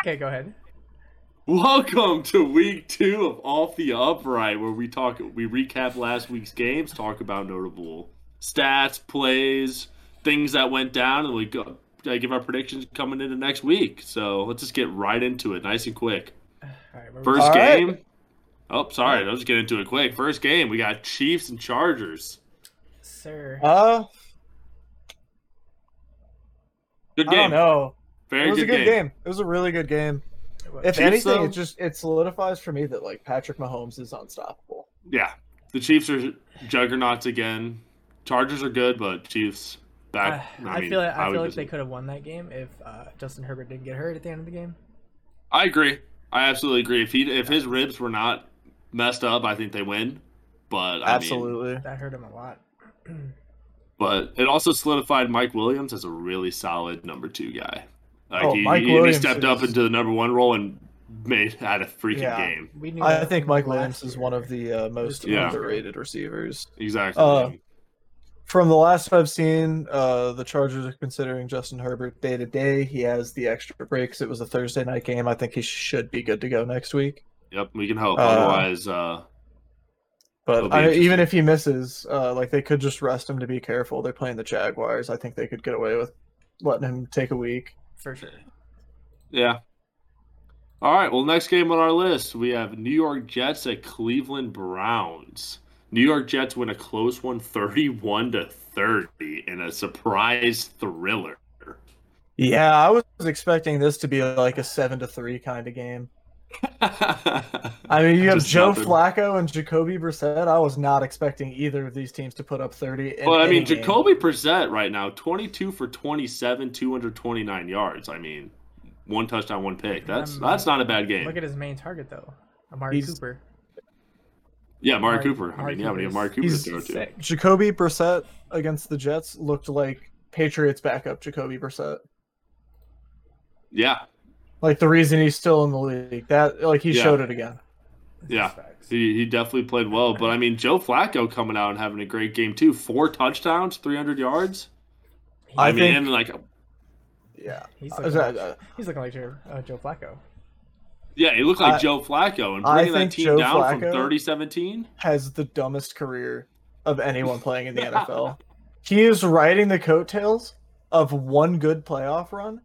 Okay, go ahead. Welcome to week two of Off the Upright, where we talk, we recap last week's games, talk about notable stats, plays, things that went down, and we go, I give our predictions coming into next week. So let's just get right into it, nice and quick. All right, where we- First All right. game. Oh, sorry, let's just get into it quick. First game, we got Chiefs and Chargers. sir. Uh, Good I don't game, know. very It was good, a good game. game. It was a really good game. If Chiefs, anything, though? it just it solidifies for me that like Patrick Mahomes is unstoppable. Yeah, the Chiefs are juggernauts again. Chargers are good, but Chiefs Uh, back. I, mean, feel like, I how feel we like they lose. could have won that game if uh, Justin Herbert didn't get hurt at the end of the game. I agree. I absolutely agree. If he if his ribs were not messed up, I think they win. But I mean, Absolutely. That hurt him a lot. but it also solidified Mike Williams as a really solid number two guy. Like Oh, he, Mike he- he Williams stepped up is- into the number one role and made had a freaking Yeah. game. We knew I that think from Mike last Williams is year. one of the uh, most Yeah. underrated receivers. Exactly. Uh, From the last I've seen, uh, the Chargers are considering Justin Herbert day to day. He has the extra breaks. It was a Thursday night game. I think he should be good to go next week. yep, we can hope. uh, Otherwise, uh, It'll But be I, even interesting. if he misses, uh, like they could just rest him to be careful. They're playing the Jaguars. I think they could get away with letting him take a week. for sure. Yeah. All right. Well, next game on our list, we have New York Jets at Cleveland Browns. New York Jets win a close one, 31 to 30, in a surprise thriller. Yeah, I was expecting this to be like a seven to three kind of game. I mean, you have Just Joe nothing. Flacco and Jacoby Brissett. I was not expecting either of these teams to put up thirty. in Well, I any mean, game. Jacoby Brissett right now, 22 for 27, 229 yards. I mean, one touchdown, one pick. That's Um, that's not a bad game. Look at his main target though, Amari He's- Cooper. yeah, Amari Amari- Cooper. I Amari mean, yeah, when you have Amari Cooper to He's throw to. sick. Jacoby Brissett against the Jets looked like Patriots backup Jacoby Brissett. Yeah, Like the reason he's still in the league. That like he Yeah. showed it again. Yeah. Facts. He, he definitely played well, but I mean Joe Flacco coming out and having a great game too. Four touchdowns, three hundred yards. I, I mean, think- and like Yeah. He's Uh, looking, that- like, uh, he's looking like Joe, uh, Joe Flacco. yeah, he looked like I- Joe Flacco and I bringing that think team Joe down from Flacco- 30-17. Has the dumbest career of anyone playing in the NFL. He is riding the coattails of one good playoff run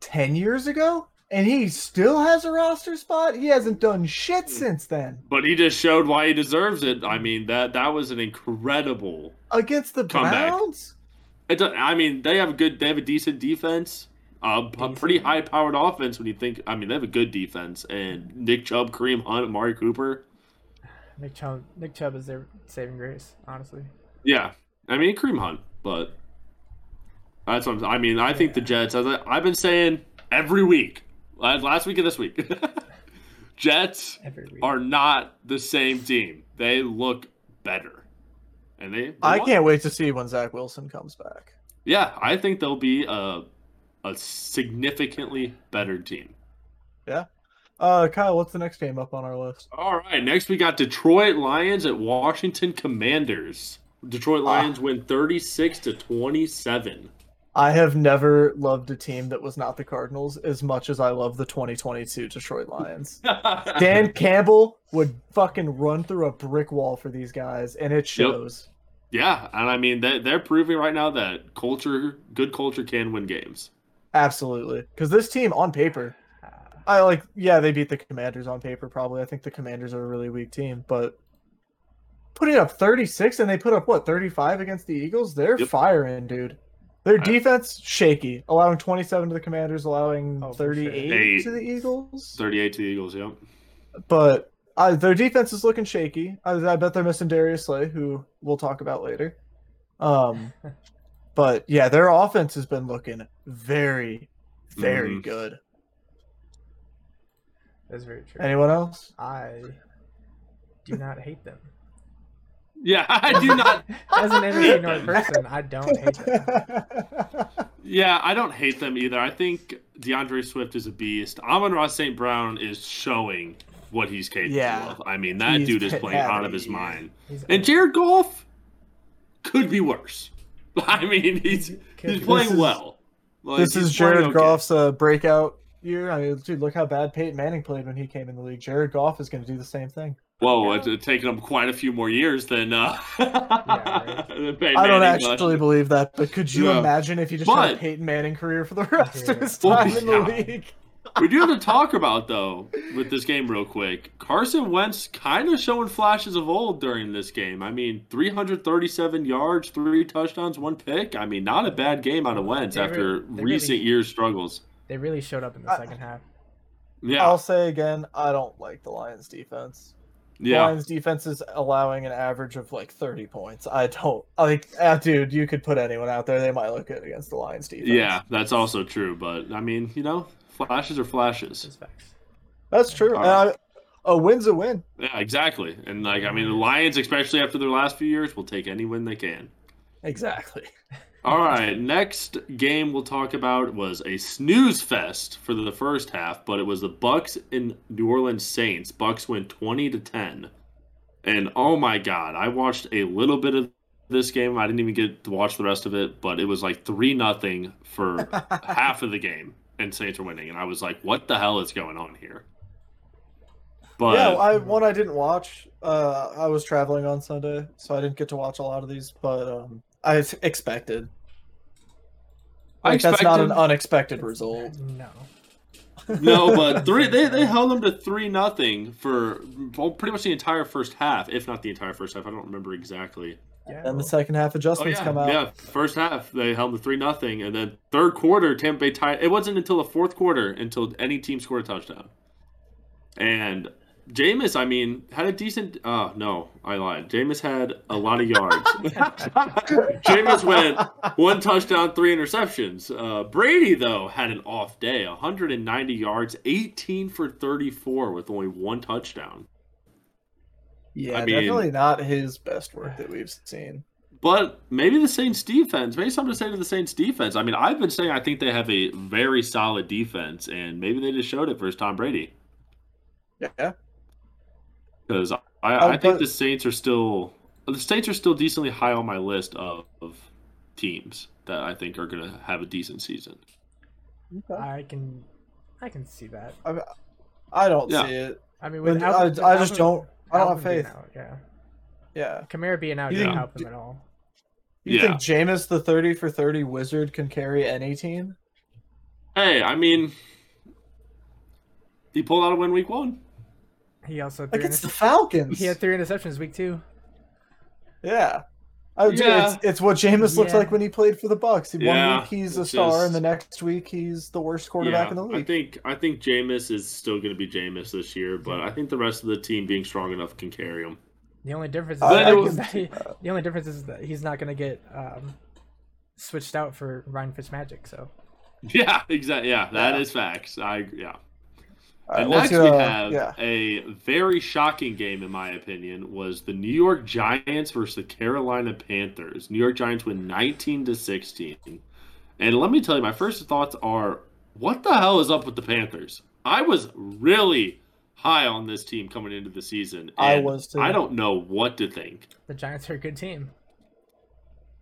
ten years ago, and he still has a roster spot. He hasn't done shit since then. But he just showed why he deserves it. I mean that that was an incredible. against the Comeback. Browns. It do- I mean they have a good, they have a decent defense, uh, a pretty Decent. high powered offense. When you think, I mean they have a good defense and Nick Chubb, Kareem Hunt, Amari Cooper. Nick Chubb. Nick Chubb is their saving grace, honestly. Yeah, I mean Kareem Hunt, but that's what I'm, I mean. I think the Jets. As I, I've been saying every week, la- last week and this week, Jets Every week. are not the same team. They look better, and they. they I won. can't wait to see when Zach Wilson comes back. Yeah, I think they'll be a a significantly better team. Uh, Kyle, what's the next game up on our list? All right, next we got Detroit Lions at Washington Commanders. Detroit Ah. Lions win thirty six to twenty seven. I have never loved a team that was not the Cardinals as much as I love the 2022 Detroit Lions. Dan Campbell would fucking run through a brick wall for these guys, and it shows. Yeah, and I mean they they're proving right now that culture, good culture, can win games. Absolutely. Because this team, on paper, Ah, I like, yeah, they beat the Commanders on paper, probably. I think the Commanders are a really weak team, but putting up 36 and they put up, what, 35 against the Eagles? They're Yep. firing, dude. Their I- defense, shaky, allowing 27 to the Commanders, allowing Oh, for sure. 38 Eight. to the Eagles. Thirty-eight to the Eagles. Yep. But uh, their defense is looking shaky. I, I bet they're missing Darius Slay, who we'll talk about later. Um, but yeah, their offense has been looking very, very Mhm. good. That's very true. Anyone else? I do not hate them. Yeah, I do not. As an NFC North person, I don't hate them. Yeah, I don't hate them either. I think DeAndre Swift is a beast. Amon Ross St. Brown is showing what he's capable Yeah. of. I mean, that He's dude is put playing out out of of his here. mind. He's And Jared Goff could be worse. I mean, he's Could he's be. playing This is- well. Like, this he's is playing Jared okay. Goff's uh, breakout year. I mean, dude, look how bad Peyton Manning played when he came in the league. Jared Goff is going to do the same thing. Whoa, it's it's taken him quite a few more years than. Uh, right. than Peyton I don't Manning, but- actually believe that, but could you Yeah. imagine if you just had a But- Peyton Manning career for the rest of his Well, time in the yeah. league? we do have to talk about though with this game real quick. Carson Wentz kind of showing flashes of old during this game. I mean, 337 yards, three touchdowns, one pick. I mean, not a bad game out of Wentz They re- after they really- recent years struggles. They really showed up in the I- second half. Yeah, I'll say again, I don't like the Lions defense. yeah. Lions defense is allowing an average of like 30 points. I don't like ah, dude, you could put anyone out there, they might look good against the Lions defense. Yeah, that's also true. But I mean, you know, flashes are flashes. It's facts. That's true. All And I- a win's a win. Yeah, exactly. And like, I mean, the Lions, especially after their last few years, will take any win they can. Exactly. All right, next game we'll talk about was a snooze fest for the first half, but it was the Bucks and New Orleans Saints. Bucks win 20 to 10. And oh my god, I watched a little bit of this game. I didn't even get to watch the rest of it, but it was like 3 nothing for half of the game and Saints were winning and I was like, "What the hell is going on here?" But yeah, I one I didn't watch. Uh, I was traveling on Sunday, so I didn't get to watch a lot of these, but um, I s- expected. I Like, that's not an expected- unexpected result. No. no, but three they, they held them to three nothing for well, pretty much the entire first half, if not the entire first half. I don't remember exactly. Yeah. And the second half Oh adjustments yeah, come out. yeah. First half they held them three nothing, and then third quarter Tampa Bay tied. It wasn't until the fourth quarter until any team scored a touchdown. And Jameis, I mean, had a decent. Oh no, I lied. Jameis had a lot of yards. Jameis went one touchdown, three interceptions. Uh, Brady though had an off day, 190 yards, 18 for 34 with only one touchdown. Yeah, I mean- definitely not his best work that we've seen. But maybe the Saints defense, maybe something to say to the Saints defense. I mean, I've been saying I think they have a very solid defense, and maybe they just showed it versus Tom Brady. Yeah, Because I, Oh, I think the Saints are still the Saints are still decently high on my list of, of teams that I think are going to have a decent season. Okay. I can, I can see that. I don't Yeah. see it. I mean, But with I- Alvin, I just Alvin- don't- I don't have Alvin being faith. out, yeah, Yeah, Kamara being out You didn't think- help him at all. you Yeah. think Jameis the thirty for thirty wizard can carry any team? Hey, I mean, he pulled out a win week one. He also threw Against the intercep- Falcons. he had three interceptions week two. Yeah. I would say It's, it's what Jameis looks Yeah. like when he played for the Bucks. One Yeah, week he's a it's star, just- and the next week he's the worst quarterback in the I league. think I think Jameis is still going to be Jameis this year, but I think the rest of the team being strong enough can carry him. The only difference is I- But that, it he's was- not- the only difference is that he's not gonna get um, switched out for Ryan Fitzmagic. So Yeah, exactly. Yeah, that is Yeah. facts. I yeah. All right, and let's next we go- have yeah. a very shocking game, in my opinion, was the New York Giants versus the Carolina Panthers. New York Giants win nineteen to sixteen. And let me tell you, my first thoughts are, what the hell is up with the Panthers? I was really high on this team coming into the season. I and was too. I don't know what to think. the Giants are a good team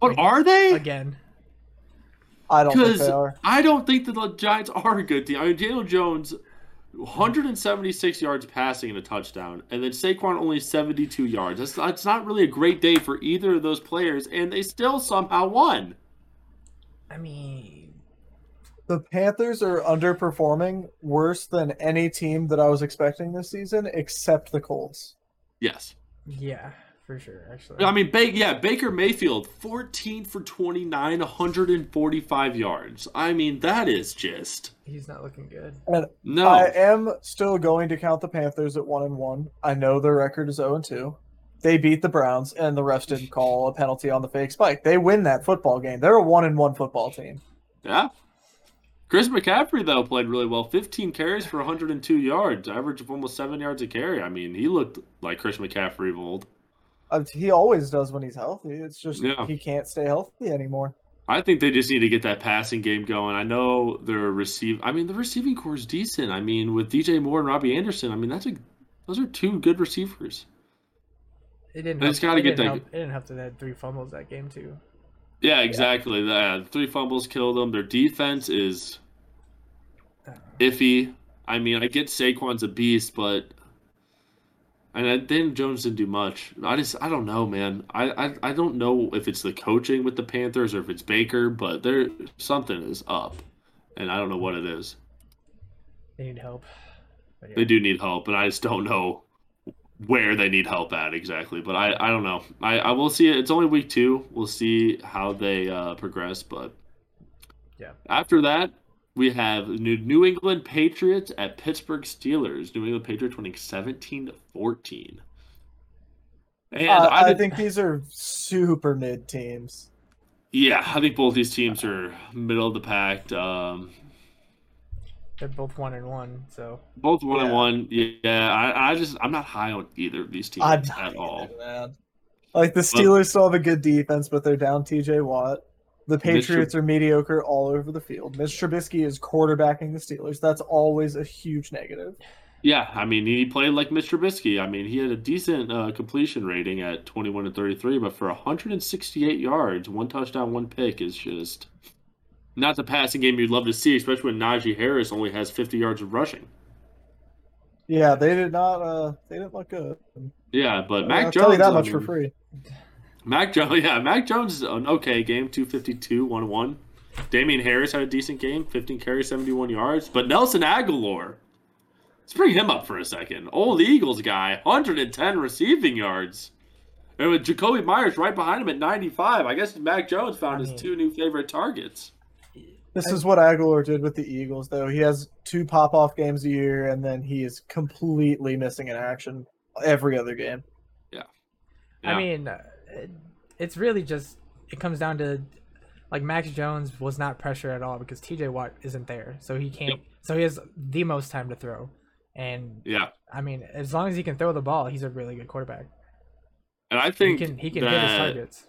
But are they? again. I don't think Because they are. I don't think that the Giants are a good team. I mean, Daniel Jones, 176 yards passing and a touchdown, and then Saquon only 72 yards. That's that's not really a great day for either of those players, and they still somehow won. I mean, The Panthers are underperforming worse than any team that I was expecting this season, except the Colts. Yes, yeah, for sure. Actually, I mean, ba- yeah, Baker Mayfield, 14 for 29, 145 yards. I mean, that is just he's not looking good. And no. I am still going to count the Panthers at one and one. I know their record is 0 and 2. They beat the Browns, and the refs didn't call a penalty on the fake spike. They win that football game. They're a one and one football team. Yeah. Chris McCaffrey though played really well. 15 carries for 102 yards, average of almost seven yards a carry. I mean, he looked like Chris McCaffrey of old. Uh, He always does when he's healthy. It's just Yeah. he can't stay healthy anymore. I think they just need to get that passing game going. I know their receive. I mean, the receiving core is decent. I mean, with DJ Moore and Robbie Anderson, I mean that's a those are two good receivers. It didn't. They help- just gotta it get didn't that- help- It didn't help that they had three fumbles that game too. uh, Yeah, exactly. The three fumbles killed them. Their defense is iffy. I mean, I get Saquon's a beast, but and I, Daniel Jones didn't do much. I just I don't know, man. I, I I don't know if it's the coaching with the Panthers or if it's Baker, but there something is up, and I don't know what it is. They need help. But yeah. They do need help, and I just don't know where they need help at exactly. But I I don't know. I I will see it. It's only week two. We'll see how they uh, progress, but Yeah. after that. We have New New England Patriots at Pittsburgh Steelers. New England Patriots winning 17 to 14. And Uh, I, I think, think these are super mid teams. yeah, I think both these teams are middle of the pack. Um, They're both one and one, so both one and Yeah. one. Yeah, I, I just I'm not high on either of these teams I'm not at either, all. man. Like the Steelers still have a good defense, but they're down T.J. Watt. The Patriots are mediocre all over the field. Mitch Trubisky is quarterbacking the Steelers. That's always a huge negative. Yeah, I mean he played like Mr. Trubisky. I mean he had a decent uh, completion rating at 21 and 33, but for 168 yards, one touchdown, one pick is just not the passing game you'd love to see, especially when Najee Harris only has 50 yards of rushing. Yeah, they did not. Uh, they didn't look good. Yeah, but Mac I'll Jones tell you that I much for mean, free. Mac Jones, yeah, Mac Jones is an okay game, 252, 1 1. Damian Harris had a decent game, 15 carries, 71 yards. But Nelson Aguilar, let's bring him up for a second. Old Eagles guy, 110 receiving yards. And with Jacoby Myers right behind him at 95, I guess Mac Jones found his Mhm. two new favorite targets. This is what Aguilar did with the Eagles, though. He has two pop-off games a year, and then he is completely missing in action every other game. Yeah. I mean, uh, it, it's really just it comes down to like Max Jones was not pressured at all because T.J. Watt isn't there, so he can't. So he has the most time to throw, and Yeah. I mean, as long as he can throw the ball, he's a really good quarterback. And I He think can he can that, hit his targets.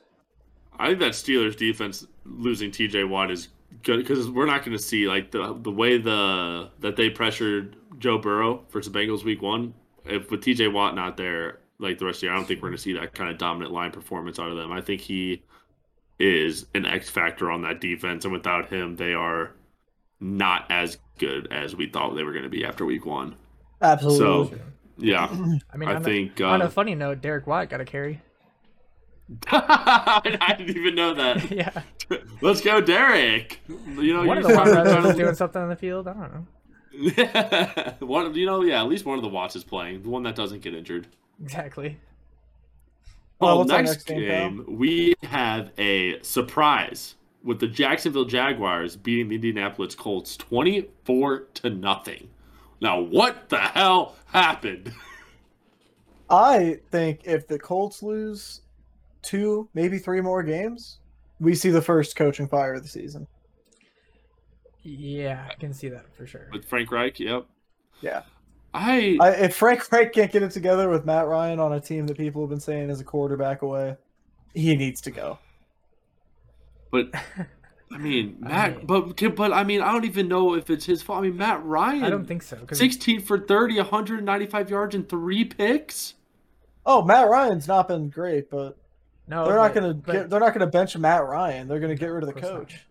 I think that Steelers defense losing TJ Watt is good because we're not going to see like the the way the that they pressured Joe Burrow versus Bengals week one. If with TJ Watt not there, like the rest of the year, I don't think we're going to see that kind of dominant line performance out of them. I think he is an X factor on that defense, and without him, they are not as good as we thought they were going to be after week one. Absolutely. So yeah, Oh, I mean, I on, think a, uh, on a funny note, Derek Watt got a carry. uh, I didn't even know that. yeah, Let's go, Derek. You know, one you of the Watt sound- brothers was doing something on the field. I don't know. one, you know, yeah, at least one of the Watts is playing. The one that doesn't get injured. Exactly. Well, Well, what's our next next game, game, we have a surprise with the Jacksonville Jaguars beating the Indianapolis Colts 24 to nothing. Now, what the hell happened? I think if the Colts lose two, maybe three more games, we see the first coaching fire of the season. Yeah, I can see that for sure. With Frank Reich, yep. Yeah. I, I, if Frank Reich can't get it together with Matt Ryan on a team that people have been saying is a quarterback away, he needs to go. but I mean, I Matt, mean- but but I mean, I don't even know if it's his fault. I mean, Matt Ryan, I don't think so. 'cause- 16 for 30, 195 yards and three picks. Oh, Matt Ryan's not been great, but no, they're not Oh, but- going to but- get they're not going to bench Matt Ryan. They're going to get rid of the Of course not. coach.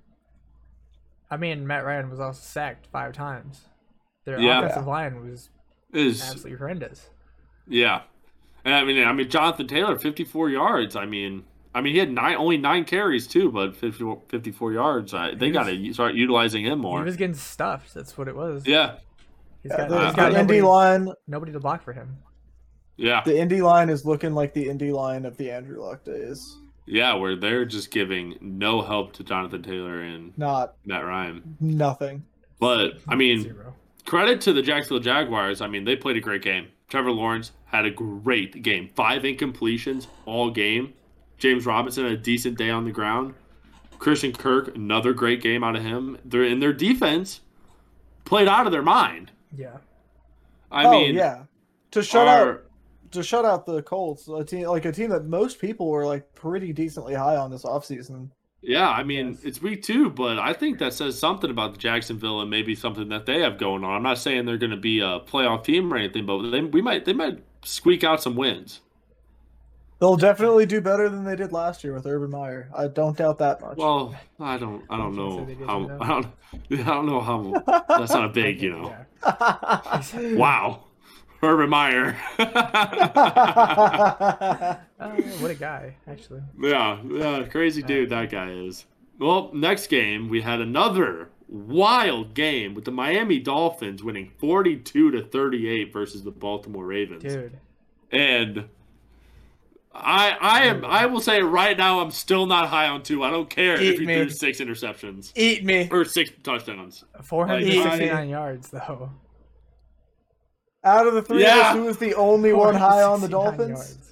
I mean, Matt Ryan was also sacked five times. Their Yeah. offensive line was Is absolutely horrendous. Yeah, and I mean, I mean, Jonathan Taylor, fifty-four yards. I mean, I mean, he had nine, only nine carries too, but 54, 54 yards. I, they He got to start utilizing him He more. was getting stuffed. That's what it was. yeah, He's got, the he's I- got the nobody, Indy line, nobody to block for him. yeah, the Indy line is looking like the Indy line of the Andrew Luck days. yeah. Where they're just giving no help to Jonathan Taylor and Not Matt Ryan. nothing. But I mean, Zero. credit to the Jacksonville Jaguars. I mean, they played a great game. Trevor Lawrence had a great game. Five incompletions all game. James Robinson had a decent day on the ground. Christian Kirk, another great game out of him. They're in their defense played out of their mind. Yeah. I oh mean, yeah, to shut out our- to shut out the Colts, a team like a team that most people were like pretty decently high on this offseason. Yeah, I mean, Yes. it's week two, but I think that says something about the Jacksonville and maybe something that they have going on. I'm not saying they're going to be a playoff team or anything, but they, we might they might squeak out some wins. They'll definitely do better than they did last year with Urban Meyer. I don't doubt that much. Well, I don't. I don't Don't you know say they how. didn't know? I don't. I don't know how. That's not a big, you know. Yeah. Wow, Urban Meyer. Uh, what a guy, actually. Yeah, yeah, crazy dude that guy is. Well, next game we had another wild game with the Miami Dolphins winning 42 to 38 versus the Baltimore Ravens. Dude. And I I am I will say right now I'm still not high on two. I don't care if Eat you me. threw six interceptions Eat me. or six touchdowns. 469 Like, yards, though. Out of the three of Yeah. us, who was the only one high on the 469 Dolphins? yards.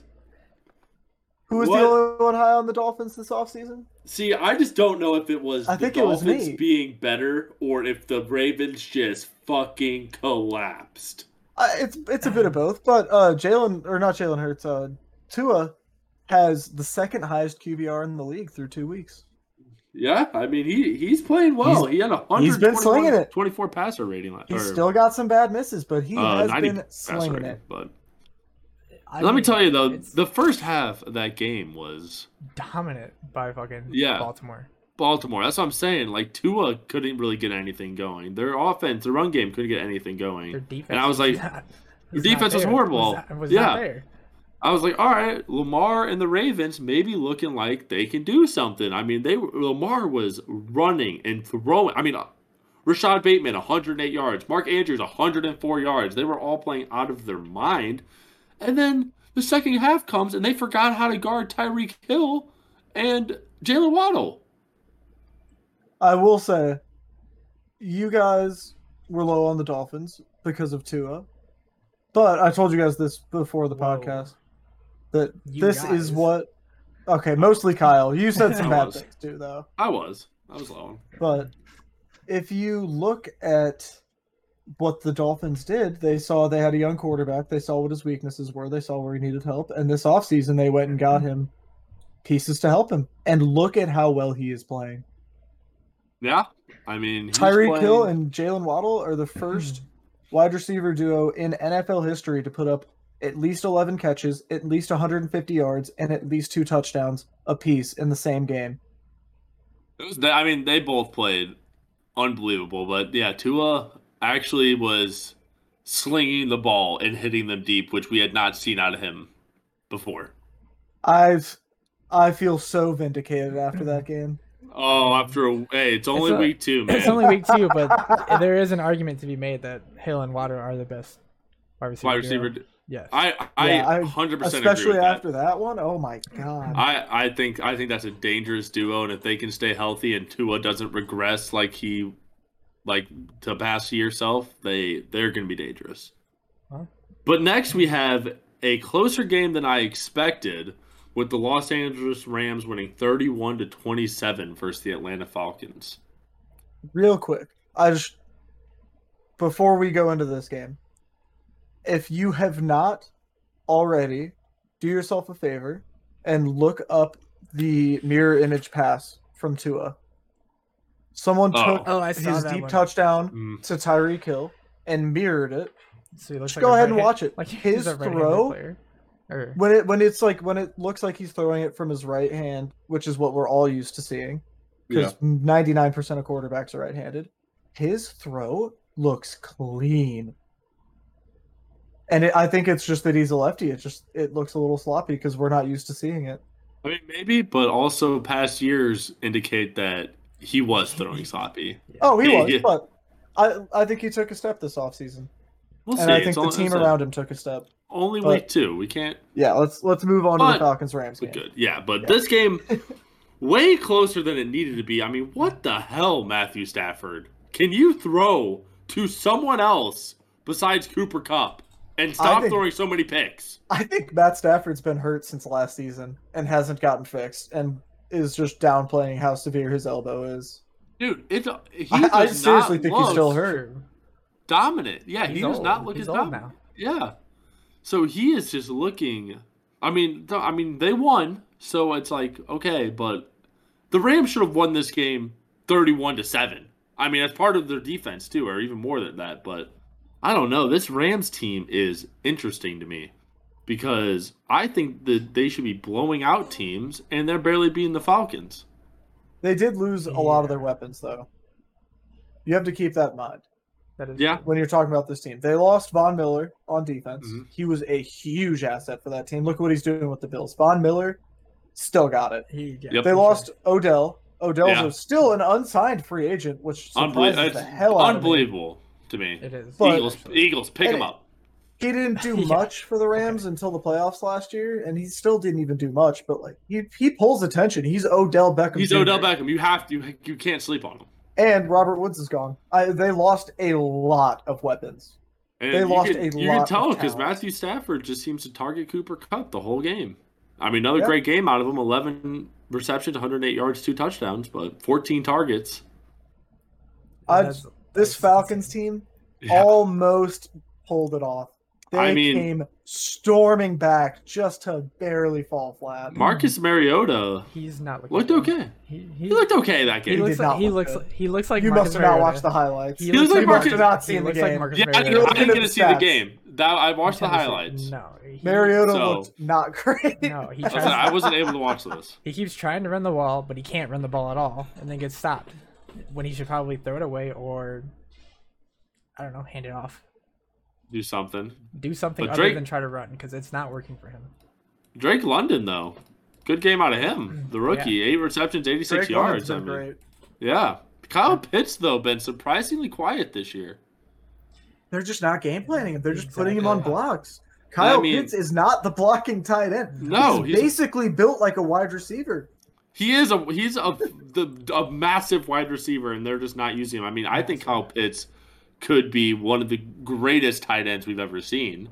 Who was What? the only one high on the Dolphins this offseason? See, I just don't know if it was I the think it was Dolphins me. being better or if the Ravens just fucking collapsed. Uh, it's it's a bit of both, but uh, Jalen or not Jalen Hurts, uh, Tua has the second highest QBR in the league through two weeks. Yeah, I mean he he's playing well. he had a he's been slinging it. 24 passer rating. la- He's or, still got some bad misses, but he uh, has 90 been passer slinging rating, it. But I let me mean, tell you though, it's the first half of that game was dominant by fucking Yeah. Baltimore. Baltimore. That's what I'm saying. Like Tua couldn't really get anything going. Their offense, their run game couldn't get anything Their going. defense. And I was like, not- Their not defense was there. horrible. Was not, was Yeah. not there. I was like, all right, Lamar and the Ravens maybe looking like they can do something. I mean, they were- Lamar was running and throwing. I mean, uh, Rashad Bateman 108 yards, Mark Andrews 104 yards. They were all playing out of their mind. And then the second half comes and they forgot how to guard Tyreek Hill and Jalen Waddle. I will say, you guys were low on the Dolphins because of Tua, but I told you guys this before the Whoa. podcast that You this guys. is what. Okay, mostly Kyle. You said some I bad was. things too, though. I was, I was low. But if you look at what the Dolphins did, they saw they had a young quarterback. They saw what his weaknesses were. They saw where he needed help. And this offseason, they went and got Mm-hmm. him pieces to help him. And look at how well he is playing. Yeah, I mean he's Tyreek playing- Hill and Jalen Waddle are the first wide receiver duo in NFL history to put up at least 11 catches, at least 150 yards, and at least two touchdowns apiece in the same game. It was, I mean, they both played unbelievable, but yeah, Tua actually was slinging the ball and hitting them deep, which we had not seen out of him before. I've I feel so vindicated after that game. Oh, after a, hey, it's only a- week two, man. It's only week two, but there is an argument to be made that Hill and Water are the best wide receiver. wide duo. receiver. Yes. I I Yeah, I- 100% agree especially with that. after that. one. Oh my god! I, I think I think that's a dangerous duo, and if they can stay healthy and Tua doesn't regress like he like to past year self, they they're gonna be dangerous. Huh? But next we have a closer game than I expected, with the Los Angeles Rams winning thirty one to twenty seven versus the Atlanta Falcons. Real quick, I just before we go into this game, if you have not already, do yourself a favor and look up the mirror image pass from Tua. Someone Oh. took oh, I saw his that deep one. touchdown Mm. to Tyreek Hill and mirrored it. So he looks Just like go a ahead and right-hand- watch it. Like he's His a right-handed throw- player. Or- When it when it's like when it looks like he's throwing it from his right hand, which is what we're all used to seeing. Yeah. because ninety nine percent of quarterbacks are right handed. His throw looks clean, and it, I think it's just that he's a lefty. It just it looks a little sloppy because we're not used to seeing it. I mean maybe, but also past years indicate that he was throwing sloppy. Oh, he was, Yeah. but I I think he took a step this offseason. We'll and see. I think it's the on- team it's a- around him took a step. only but- week two. We can't Yeah, let's let's move on to But- the Falcons Rams game. But good. Yeah, but this game way closer than it needed to be. I mean, what the hell, Matthew Stafford? Can you throw to someone else besides Cooper Cup and stop think- throwing so many picks? I think Matt Stafford's been hurt since last season and hasn't gotten fixed and is just downplaying how severe his elbow is. Dude, it's a- he I- does I seriously not think he's look still hurt. True. dominant. Yeah, He's he does old. not look He's as old dominant. now. Yeah. So he is just looking. I mean, th- I mean, they won, so it's like okay, but the Rams should have won this game thirty-one to seven. I mean, that's part of their defense too, or even more than that. But I don't know. This Rams team is interesting to me. because I think that they should be blowing out teams, and they're barely beating the Falcons. They did lose a lot of their weapons, though. You have to keep that in mind That is Yeah. when you're talking about this team. They lost Von Miller on defense. Mhm. He was a huge asset for that team. Look what he's doing with the Bills. Von Miller still got it. He, yeah, Yep. They for lost Odell. Odell's Yeah. a- still an unsigned free agent, which surprises Unbelievable! the hell out of me. unbelievable to sure. me. It is. But- Eagles, Eagles, pick And him it- up. he didn't do Yeah. much for the Rams until the playoffs last year, and he still didn't even do much. But like he, he pulls attention. He's Odell Beckham. He's Jr.. Odell Beckham. You have to. You, you can't sleep on him. And Robert Woods is gone. I, they lost a lot of weapons. And They you lost can, a You lot can of tell because talent. Matthew Stafford just seems to target Cooper Cup the whole game. I mean, another Yeah. great game out of him. Eleven receptions, 108 yards, two touchdowns, but 14 targets. I- That's- This that's- Falcons team Yeah. almost pulled it off. They I mean- came storming back just to barely fall flat. Marcus Mariota He's not looking. looked good. okay. He, He looked okay that He did game. looks not like he look looks good. like- he looks like you Marcus must have not watched the Mariota. highlights. He looks like you must Marcus- have not He seen the looks game. like Marcus yeah, I Mariota. didn't, I didn't Look get at to his see the stats. game. That I watched the Tennessee- highlights. No, he, Mariota So- looked not great. No, he I, was like, I tries. wasn't able to watch this. He keeps trying to run the wall, but he can't run the ball at all, and then gets stopped when he should probably throw it away or I don't know, hand it off, Do something. do something But other Drake- than try to run because it's not working for him. Drake London though, good game out of him. The rookie, eight receptions, 86 Drake yards. London's I been mean, great. yeah. Kyle Pitts though been surprisingly quiet this year. They're just not game planning him. They're just putting him on Exactly. blocks. Kyle I mean- Pitts is not the blocking tight end. No, he's, he's- basically built like a wide receiver. He is a he's a the a massive wide receiver, and they're just not using him. I mean, I think Kyle Pitts could be one of the greatest tight ends we've ever seen.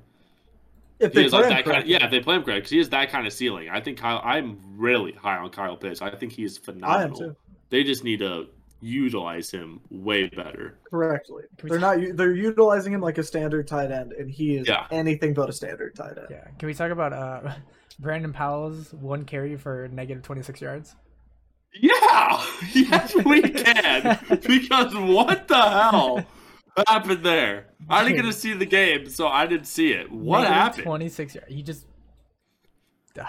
If He they is like play him that kind of, correctly. yeah, if they play him correct, 'cause he is that kind of ceiling. I think Kyle. I'm really high on Kyle Pitts. I think he is phenomenal. too. They just need to utilize him way better. correctly. Can we They're not. u- They're utilizing him like a standard tight end, and he is Yeah. anything but a standard tight end. Yeah, can we talk about uh, Brandon Powell's one carry for negative twenty six yards? Yeah, yes we can. because what the hell happened there? I didn't get to see the game, so I didn't see it. What happened? Twenty six yards. He just, uh,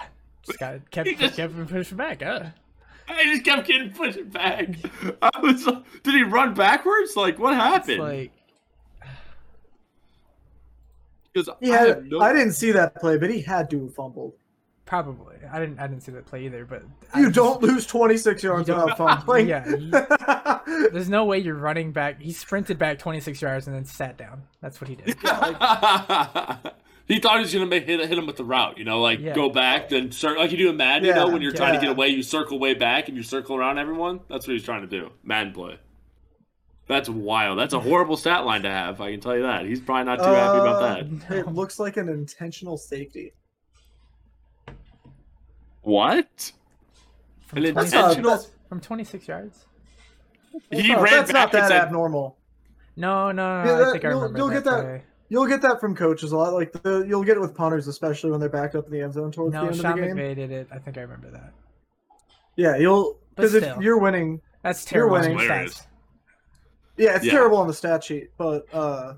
just got kept He just- kept him pushing back. Uh. I just kept getting pushed back. I was like, did he run backwards? Like what It's happened? like Because He I, had- have no- I didn't see that play, but he had to have fumbled. probably. I didn't. I didn't see that play either. But I You just- don't lose 26 yards don't- without fumbling. Yeah. you- there's no way you're running back. He sprinted back 26 yards and then sat down. That's what he did. he thought he was gonna make, hit hit him with the route, you know, like Yeah. go back, then circle like you do in Madden, you know, Yeah, when you're trying to yeah. get away, you circle way back and you circle around everyone. That's what he's trying to do. Madden play. That's wild. That's a horrible stat line to have. I can tell you that. He's probably not too happy about Uh, that. It looks like an intentional safety. What? From, An 26 not- intentional? that's- from 26 yards? He No, ran that's back not and that said, abnormal. No, no, no. Yeah, no, I that- think I you'll- remember. you'll that get that- play. You'll get that from coaches a lot. Like the, you'll get it with punters, especially when they're backed up in the end zone towards the No, end Sean of the game. McVay did it. I think I remember that. Yeah, you'll But because if still. you're winning, That's You're terrible. winning. Hilarious. stats. yeah, it's Yeah. terrible on the stat sheet, but uh,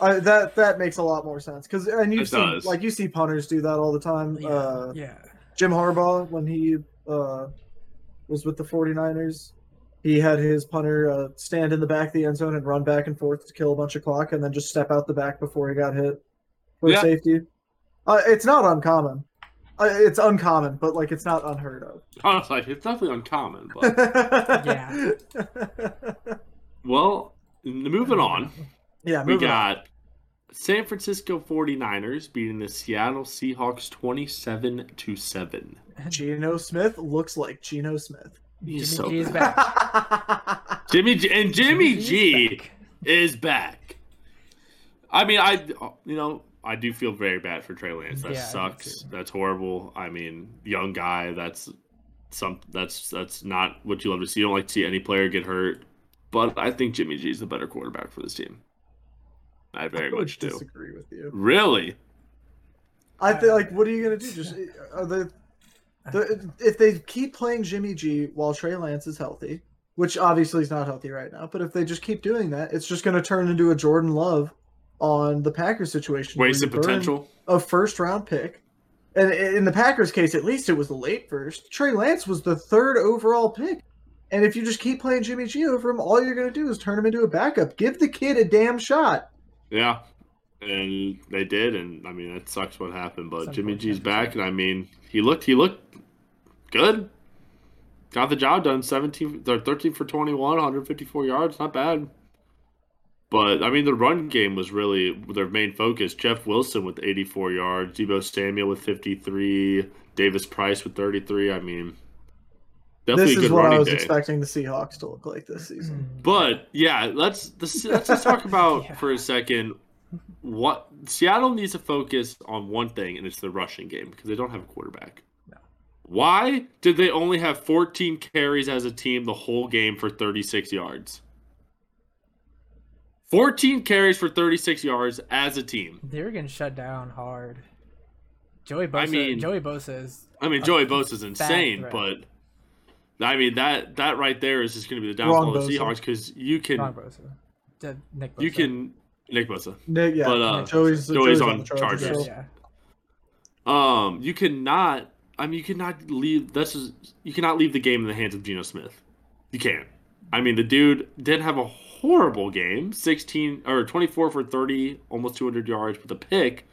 I, that that makes a lot more sense because and you It see does. like you see punters do that all the time. Yeah. Uh, yeah. Jim Harbaugh when he uh, was with the 49ers. He had his punter uh, stand in the back of the end zone and run back and forth to kill a bunch of clock, and then just step out the back before he got hit for Yeah. safety. Uh, it's not uncommon. Uh, it's uncommon, but like it's not unheard of. I was like, it's definitely uncommon, but yeah. well, n- moving on. yeah. We moving on. got San Francisco 49ers beating the Seattle Seahawks 27 to 7. Geno Smith looks like Geno Smith. He's Jimmy so G is bad. back. Jimmy G, and Jimmy, G's G back. is back. I mean, I you know, I do feel very bad for Trey Lance. That Yeah, I do sucks. too. That's horrible. I mean, young guy, that's some that's that's not what you love to see. You don't like to see any player get hurt. But I think Jimmy G is the better quarterback for this team. I very I would much do. disagree with you. Really? I think like, what are you gonna do? Just uh, are they, the if they keep playing Jimmy G while Trey Lance is healthy, which obviously is not healthy right now, but if they just keep doing that, it's just gonna turn into a Jordan Love on the Packers situation. where Wasted you burn potential. A first round pick. And i- in the Packers case, at least it was the late first. Trey Lance was the third overall pick. And if you just keep playing Jimmy G over him, all you're going to do is turn him into a backup. Give the kid a damn shot. Yeah. And they did, and I mean that sucks what happened, but It's Jimmy G's unfortunate. back, and I mean he looked he looked good. Got the job done. 17 or 13 for 21, 154 yards, not bad. But I mean the run game was really their main focus. Jeff Wilson with 84 yards, Debo Samuel with 53, Davis Price with 33. I mean definitely this a is good what I running was day. expecting the Seahawks to look like Mm-hmm. this season. Mm. But yeah, let's let's, let's just talk about for a second what Seattle needs to focus on one thing, and it's the rushing game because they don't have a quarterback. No. Why did they only have 14 carries as a team the whole game for 36 yards? 14 carries for 36 yards as a team. They were getting shut down hard. Joey Bosa. mean- Joey Bosa is I mean, A Joey Bosa's insane, threat. but I mean that that right there is just going to be the downfall Wrong of the Bosa. Seahawks because you can not Bosa. The- Nick Bosa. you can Nick Bosa. No, yeah, But, uh, Joey's, Joey's on the Yeah, Chargers. so- yeah. Um, you cannot. I mean, you cannot leave. This is you cannot leave the game in the hands of Geno Smith. You can't. I mean, the dude did have a horrible game, sixteen or twenty-four for thirty, almost two hundred yards with a pick,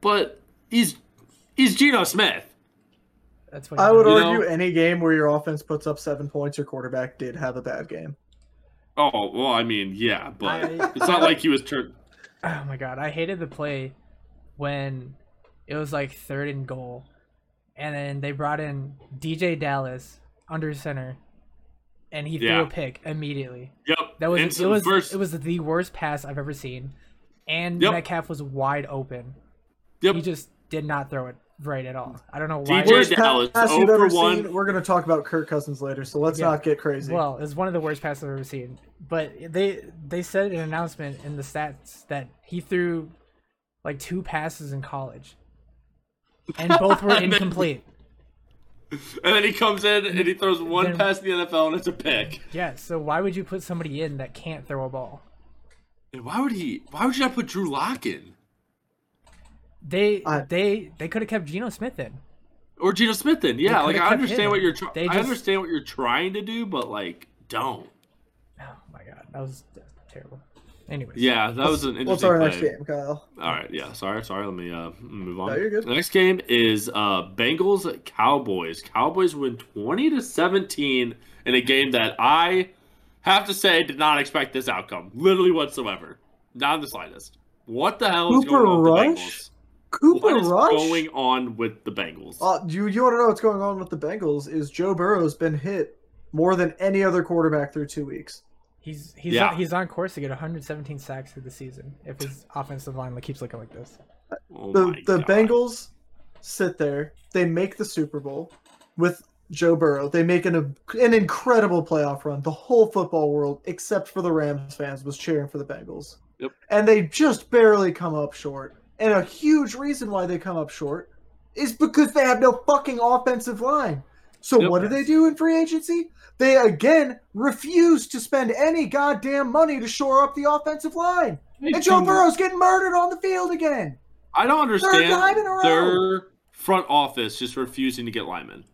but he's he's Geno Smith. That's what I would You know- argue any game where your offense puts up seven points, your quarterback did have a bad game. Oh well, I mean, yeah, but I- it's not like he was turned. Oh my god, I hated the play when it was like third and goal, and then they brought in DJ Dallas under center, and he Yeah. threw a pick immediately. Yep, That was instant it was burst. it was the worst pass I've ever seen, and Yep. Metcalf was wide open. Yep. He just did not throw it right at all. I don't know why. DJ that- Worst Dallas, pass 0 you've for ever seen. 1. We're going to talk about Kirk Cousins later, so let's Yeah. not get crazy. Well, it's one of the worst passes I've ever seen. But they they said in an announcement in the stats that he threw like two passes in college, and both were incomplete. and then he comes in and he throws one Then- pass in the NFL and it's a pick. Yeah, so why would you put somebody in that can't throw a ball? And why would he? Why would you not put Drew Lock in? They I- they they could have kept Geno Smith in. or Geno Smith then. Yeah, They like could've I kept understand him. what you're trying. They I just- understand what you're trying to do, but like, don't. Oh my god, that was, that was terrible. Anyways, Yeah, that was an interesting. What's our play. next game, Kyle? All right, yeah. Sorry, sorry. Let me uh move on. No, you're good. The next game is uh Bengals at Cowboys. Cowboys win twenty to seventeen in a game that I have to say did not expect this outcome, literally whatsoever, not in the slightest. What the hell is Cooper going on with the Rush? Bengals? Cooper what is Rush. going on with the Bengals? Uh, you you want to know what's going on with the Bengals? Is Joe Burrow's been hit more than any other quarterback through two weeks? he's he's Yeah. On, he's on course to get 117 sacks through the season if his offensive line keeps looking like this. Oh The my the God. Bengals sit there. They make the Super Bowl with Joe Burrow. They make an an incredible playoff run. The whole football world, except for the Rams fans, was cheering for the Bengals. Yep. And they just barely come up short. And a huge reason why they come up short is because they have no fucking offensive line. So Yep. what do they do in free agency? They again refuse to spend any goddamn money to shore up the offensive line. And Joe Burrow's getting murdered on the field again. I don't Third time understand in a row. their front office just refusing to get linemen.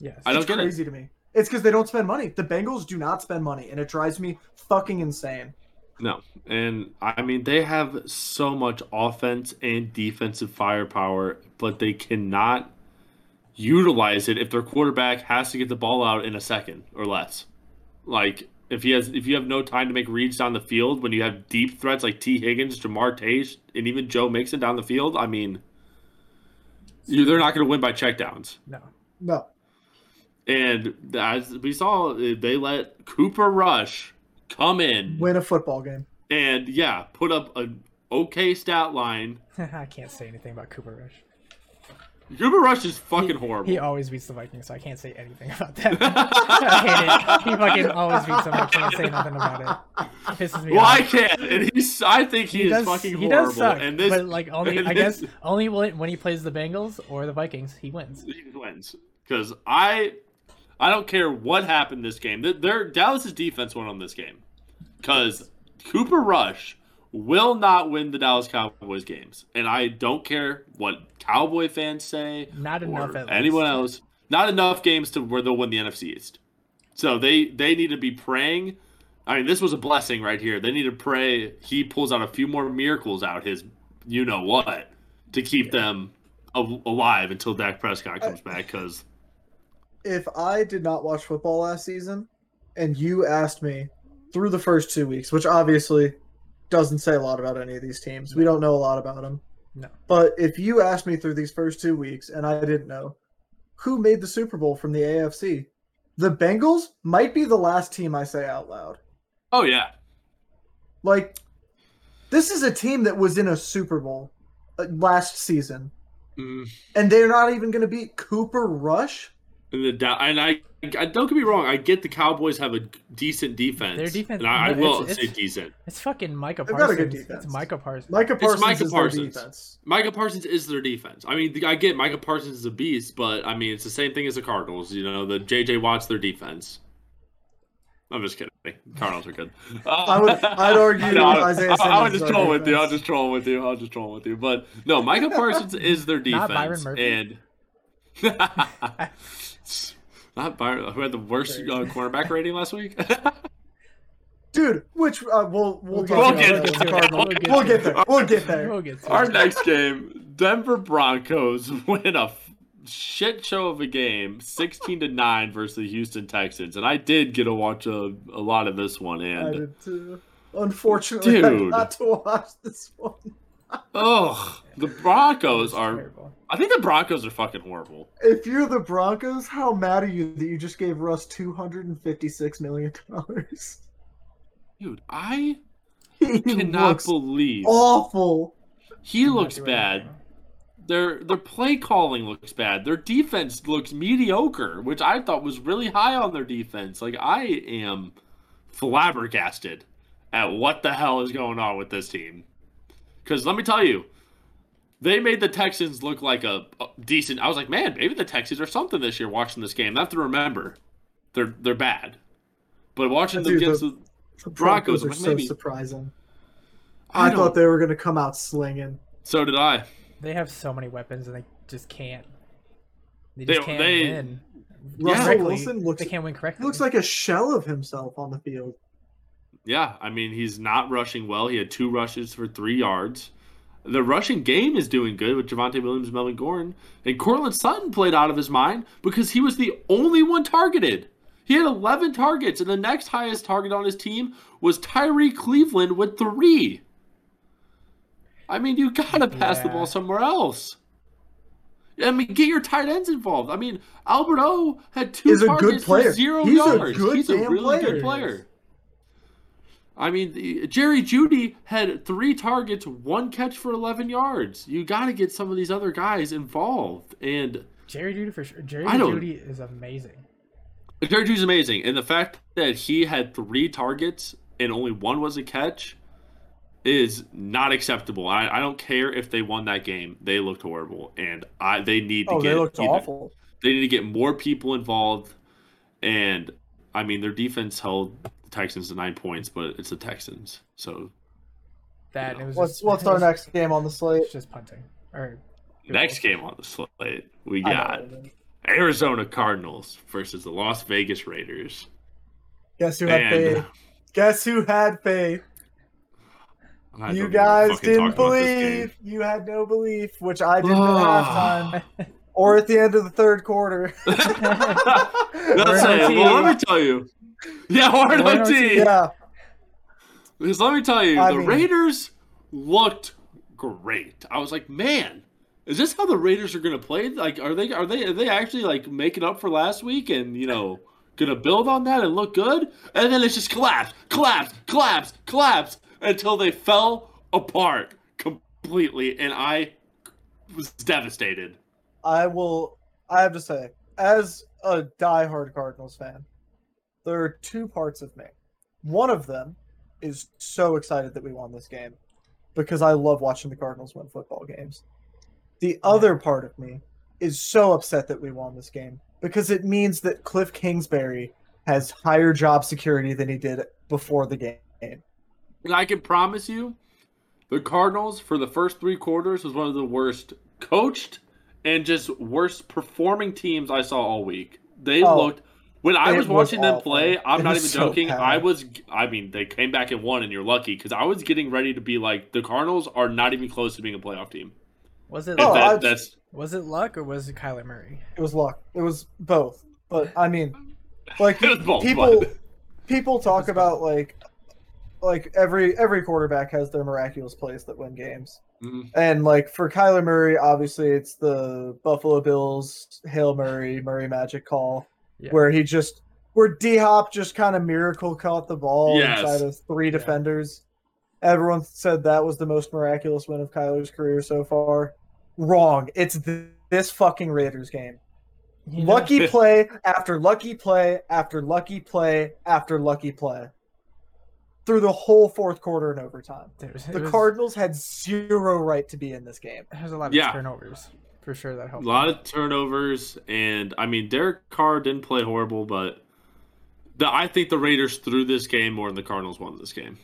Yes, I don't it's get it. crazy to me. It's because they don't spend money. The Bengals do not spend money, and it drives me fucking insane. No. And I mean, they have so much offense and defensive firepower, but they cannot utilize it if their quarterback has to get the ball out in a second or less. Like, if he has, if you have no time to make reads down the field when you have deep threats like T. Higgins, Jamar Chase, and even Joe Mixon down the field, I mean, you, they're not going to win by checkdowns. no, No, And as we saw, they let Cooper Rush come in win a football game. and yeah, put up an okay stat line. I can't say anything about Cooper Rush. Cooper Rush is fucking he, horrible. He always beats the Vikings, so I can't say anything about that. I hate it. He fucking always beats them. I can't say nothing about it. It pisses me well, I off. can't. And he's, I think he, is does, fucking he horrible. does suck, and this but like only and I guess this- only when when he plays the Bengals or the Vikings, he wins. he wins because I, I don't care what happened this game. Th- Their Dallas's defense won on this game because Cooper Rush will not win the Dallas Cowboys games. And I don't care what Cowboy fans say Not enough. or At anyone least. else. Not enough games to where they'll win the NFC East. So they they need to be praying. I mean, this was a blessing right here. They need to pray he pulls out a few more miracles out his you know what to keep them a- alive until Dak Prescott comes Uh, back because if I did not watch football last season and you asked me through the first two weeks, which obviously doesn't say a lot about any of these teams, we don't know a lot about them. No. But if you asked me through these first two weeks and I didn't know who made the Super Bowl from the AFC, the Bengals might be the last team I say out loud. oh yeah, Like, this is a team that was in a Super Bowl uh, last season, Mm. and they're not even going to beat Cooper Rush. And the Da- and I, I don't get me wrong. I get the Cowboys have a decent defense. Their defense- and I, I no, will it's- say it's- decent. It's fucking Micah They've Parsons. got a good It's defense. Micah Parsons. Micah Parsons Micah is their Parsons. defense. Micah Parsons is their defense. I mean, the- I get Micah Parsons is a beast, but I mean, it's the same thing as the Cardinals. You know, the JJ Watts their defense. I'm just kidding. Cardinals are good. I would, I'd argue No, that Isaiah I, I would Simmons is just our troll with you. I'll defense. just troll with you. I'll just troll with you. But no, Micah Parsons is their defense. Not Byron Murphy. And not Byron, who had the worst uh, cornerback rating last week. Dude, which uh, we'll we'll We'll talk get about to the it. We'll Cardinals. get We'll to get it. there. We'll get there. We'll get to Our it. next game, Denver Broncos win a f- shit show of a game, sixteen to nine versus the Houston Texans, and I did get to watch a, a lot of this one. I And did too. Unfortunately, Dude. I got to watch this one. oh, the Broncos are. I think the Broncos are fucking horrible. If you're the Broncos, how mad are you that you just gave Russ two hundred and fifty-six million dollars? Dude, I He cannot looks believe awful. he looks bad. Their their play calling looks bad. Their defense looks mediocre, which I thought was really high on their defense. Like I am flabbergasted at what the hell is going on with this team. Cuz let me tell you, they made the Texans look like a, a decent. I was like, "Man, maybe the Texans are something this year watching this game." I have to remember. They're they're bad. But watching them Dude, against the- the, The Broncos, Broncos are but so maybe- surprising. I, I, don't- thought they were going to come out slinging. So did I. They have so many weapons and they just can't. They They- just can't they- win. Russell correctly. Wilson looks- They can't win correctly. Looks like a shell of himself on the field. Yeah, I mean he's not rushing well. He had two rushes for three yards. The rushing game is doing good with Javante Williams, Melvin Gordon, and Cortland Sutton played out of his mind because he was the only one targeted. He had 11 targets, and the next highest target on his team was Tyree Cleveland with three. I mean, you gotta pass the Yeah. ball somewhere else. I mean, get your tight ends involved. I mean, Albert O had two Is a good targets for player. zero He's a yards. good He's a damn really player. good player. I mean, the- Jerry Judy had three targets, one catch for 11 yards. You got to get some of these other guys involved. And Jerry Judy for sure. Jerry I don't- Judy is amazing. Jerry Judy's amazing. And the fact that he had three targets and only one was a catch is not acceptable. I, I don't care if they won that game. They looked horrible. And I they need to Oh, get they looked either- awful. They need to get more people involved. And I mean, their defense held the Texans to nine points, but it's the Texans. So That and it was What's just, what's it our was- next game on the slate? It's just punting. Or next game on the slate, we I know got what it is. Arizona Cardinals versus the Las Vegas Raiders. Guess who had And faith? Guess who had faith? I don't you even guys fucking didn't talk about this game. believe. You had no belief, which I didn't uh, at halftime or at the end of the third quarter. That's We're it. on Well, team. let me tell you. Yeah, we're We're no on team. yeah, Because let me tell you, I the mean- Raiders looked great. I was like, man, is this how the Raiders are gonna play? Like, are they are they are they actually like making up for last week and you know gonna build on that and look good? And then it's just collapsed, collapsed, collapsed, collapsed until they fell apart completely, and I was devastated. I will. I have to say, as a diehard Cardinals fan, there are two parts of me. One of them is so excited that we won this game because I love watching the Cardinals win football games. The other part of me is so upset that we won this game because it means that Cliff Kingsbury has higher job security than he did before the game. And I can promise you, The Cardinals for the first three quarters was one of the worst coached and just worst performing teams I saw all week. They Oh, looked when I it was was watching them awful. play. I'm It not was even so joking. bad. I was. I mean, they came back and won, and you're lucky because I was getting ready to be like the Cardinals are not even close to being a playoff team. Was it And Oh, luck? that- I- that's was it luck or was it Kyler Murray? It was luck. It was both. But I mean, like It was Oh, both, people, but- people talk about like, like every every quarterback has their miraculous plays that win games. Mhm. And like for Kyler Murray, obviously it's the Buffalo Bills Hail Murray Murray magic call Yeah. where he just where D Hop just kind of miracle caught the ball Yes. inside of three Yeah. defenders. Everyone said that was the most miraculous win of Kyler's career so far. Wrong. It's th- this fucking Raiders game. You know, Lucky play after lucky play after lucky play after lucky play through the whole fourth quarter and overtime. there was- it The was- Cardinals had zero right to be in this game. There's a lot of Yeah. turnovers for sure. That a helped. lot of turnovers, and I mean Derek Carr didn't play horrible, but the I think the Raiders threw this game more than the Cardinals won this game.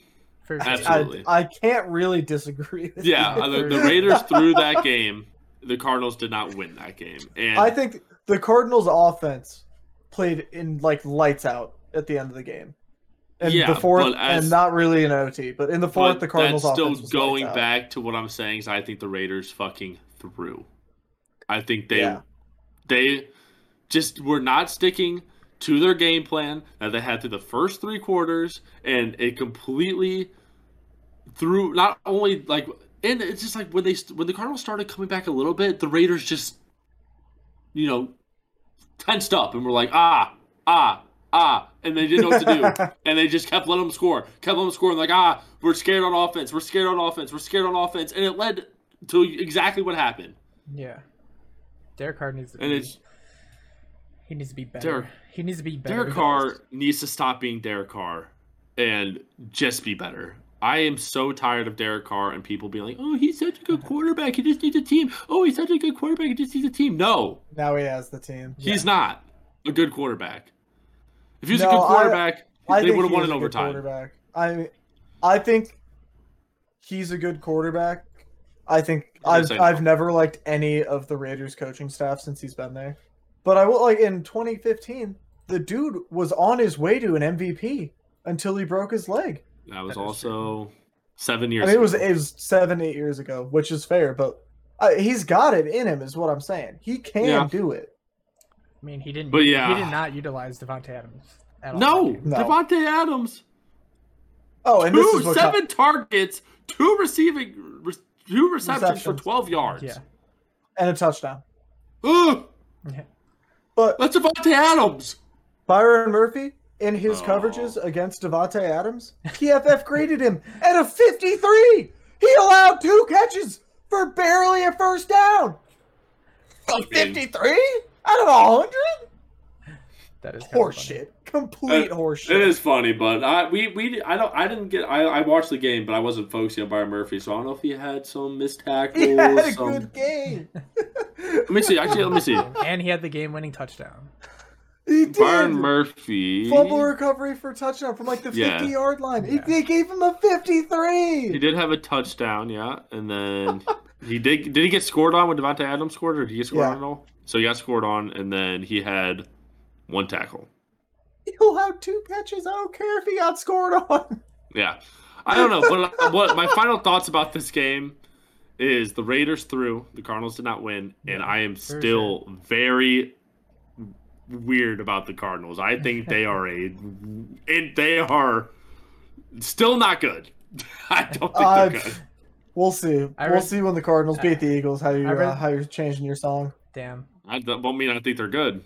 For sure. Absolutely. I, I can't really disagree. With Yeah, you. I- the, the Raiders threw that game. The Cardinals did not win that game, and I think the Cardinals' offense played in like lights out at the end of the game, and Yeah, the fourth, but as- and not really an OT, but in the but fourth, the Cardinals' that's still offense was lights going out. back to what I'm saying. Is I think the Raiders fucking threw. I think they Yeah. they just were not sticking to their game plan that they had through the first three quarters, and it completely threw. Not only like, and it's just like when they when the Cardinals started coming back a little bit, the Raiders just you know tensed up and were like ah ah ah, and they didn't know what to do. and they just kept letting them score, kept letting them score, and like ah, we're scared on offense, we're scared on offense, we're scared on offense, and it led to exactly what happened. Yeah. Derek Carr needs to And be. it's he needs to be better. Derek- he needs to be better. Derek Carr needs to stop being Derek Carr and just be better. I am so tired of Derek Carr and people being like, "Oh, he's such a good quarterback. He just needs a team. Oh, he's such a good quarterback. He just needs a team." No, Now he has the team. he's not a good quarterback. If he was a No, good I- quarterback, I they think would have he won is in a good overtime. Quarterback. I, I think he's a good quarterback. I think I'm I've saying I've never liked any of the Raiders coaching staff since he's been there. But I will like in 2015, the dude was on his way to an MVP until he broke his leg. That was That is true. also seven years. I mean, it was ago. it was seven eight years ago, which is fair, but uh, he's got it in him, is what I'm saying. He can Yeah. do it. I mean, he didn't. But yeah. he did not utilize Devonte Adams. At all No, that game. No. Devontae Adams. Oh, and this is Two what seven targets, two receiving, re- two receptions, for Receptions. twelve yards. Yeah. and a touchdown. Ugh, Yeah. But that's Devontae Adams. Byron Murphy in his Oh. coverages against Devontae Adams, PFF graded him at a 53. He allowed two catches for barely a first down. A 53 out of 100? That is kinda funny. Horseshit. Complete horseshit. It is funny, but I we, we I don't I didn't get I, I watched the game, but I wasn't focusing on Byron Murphy, so I don't know if he had some missed tackles. He had a some- good game. Let me see. Actually, let me see. and he had the game-winning touchdown. He did. Byron Murphy. Fumble recovery for touchdown from like the 50 Yeah. yard line. He- Yeah. They gave him a 53. He did have a touchdown, yeah, and then he did. Did he get scored on when Devontae Adams scored, or did he get scored Yeah. on at all? So he got scored on, and then he had one tackle. He allowed two catches. I don't care if he got scored on. Yeah, I don't know. But what my final thoughts about this game is: the Raiders threw, the Cardinals did not win, and Yeah, I am for still very weird about the Cardinals. I think they are a, and they are still not good. I don't think they're Uh, I've- good. We'll see. I we'll read- see when the Cardinals beat the Eagles. How you I read- uh, how you're changing your song? Damn, I don't don't mean I think they're good.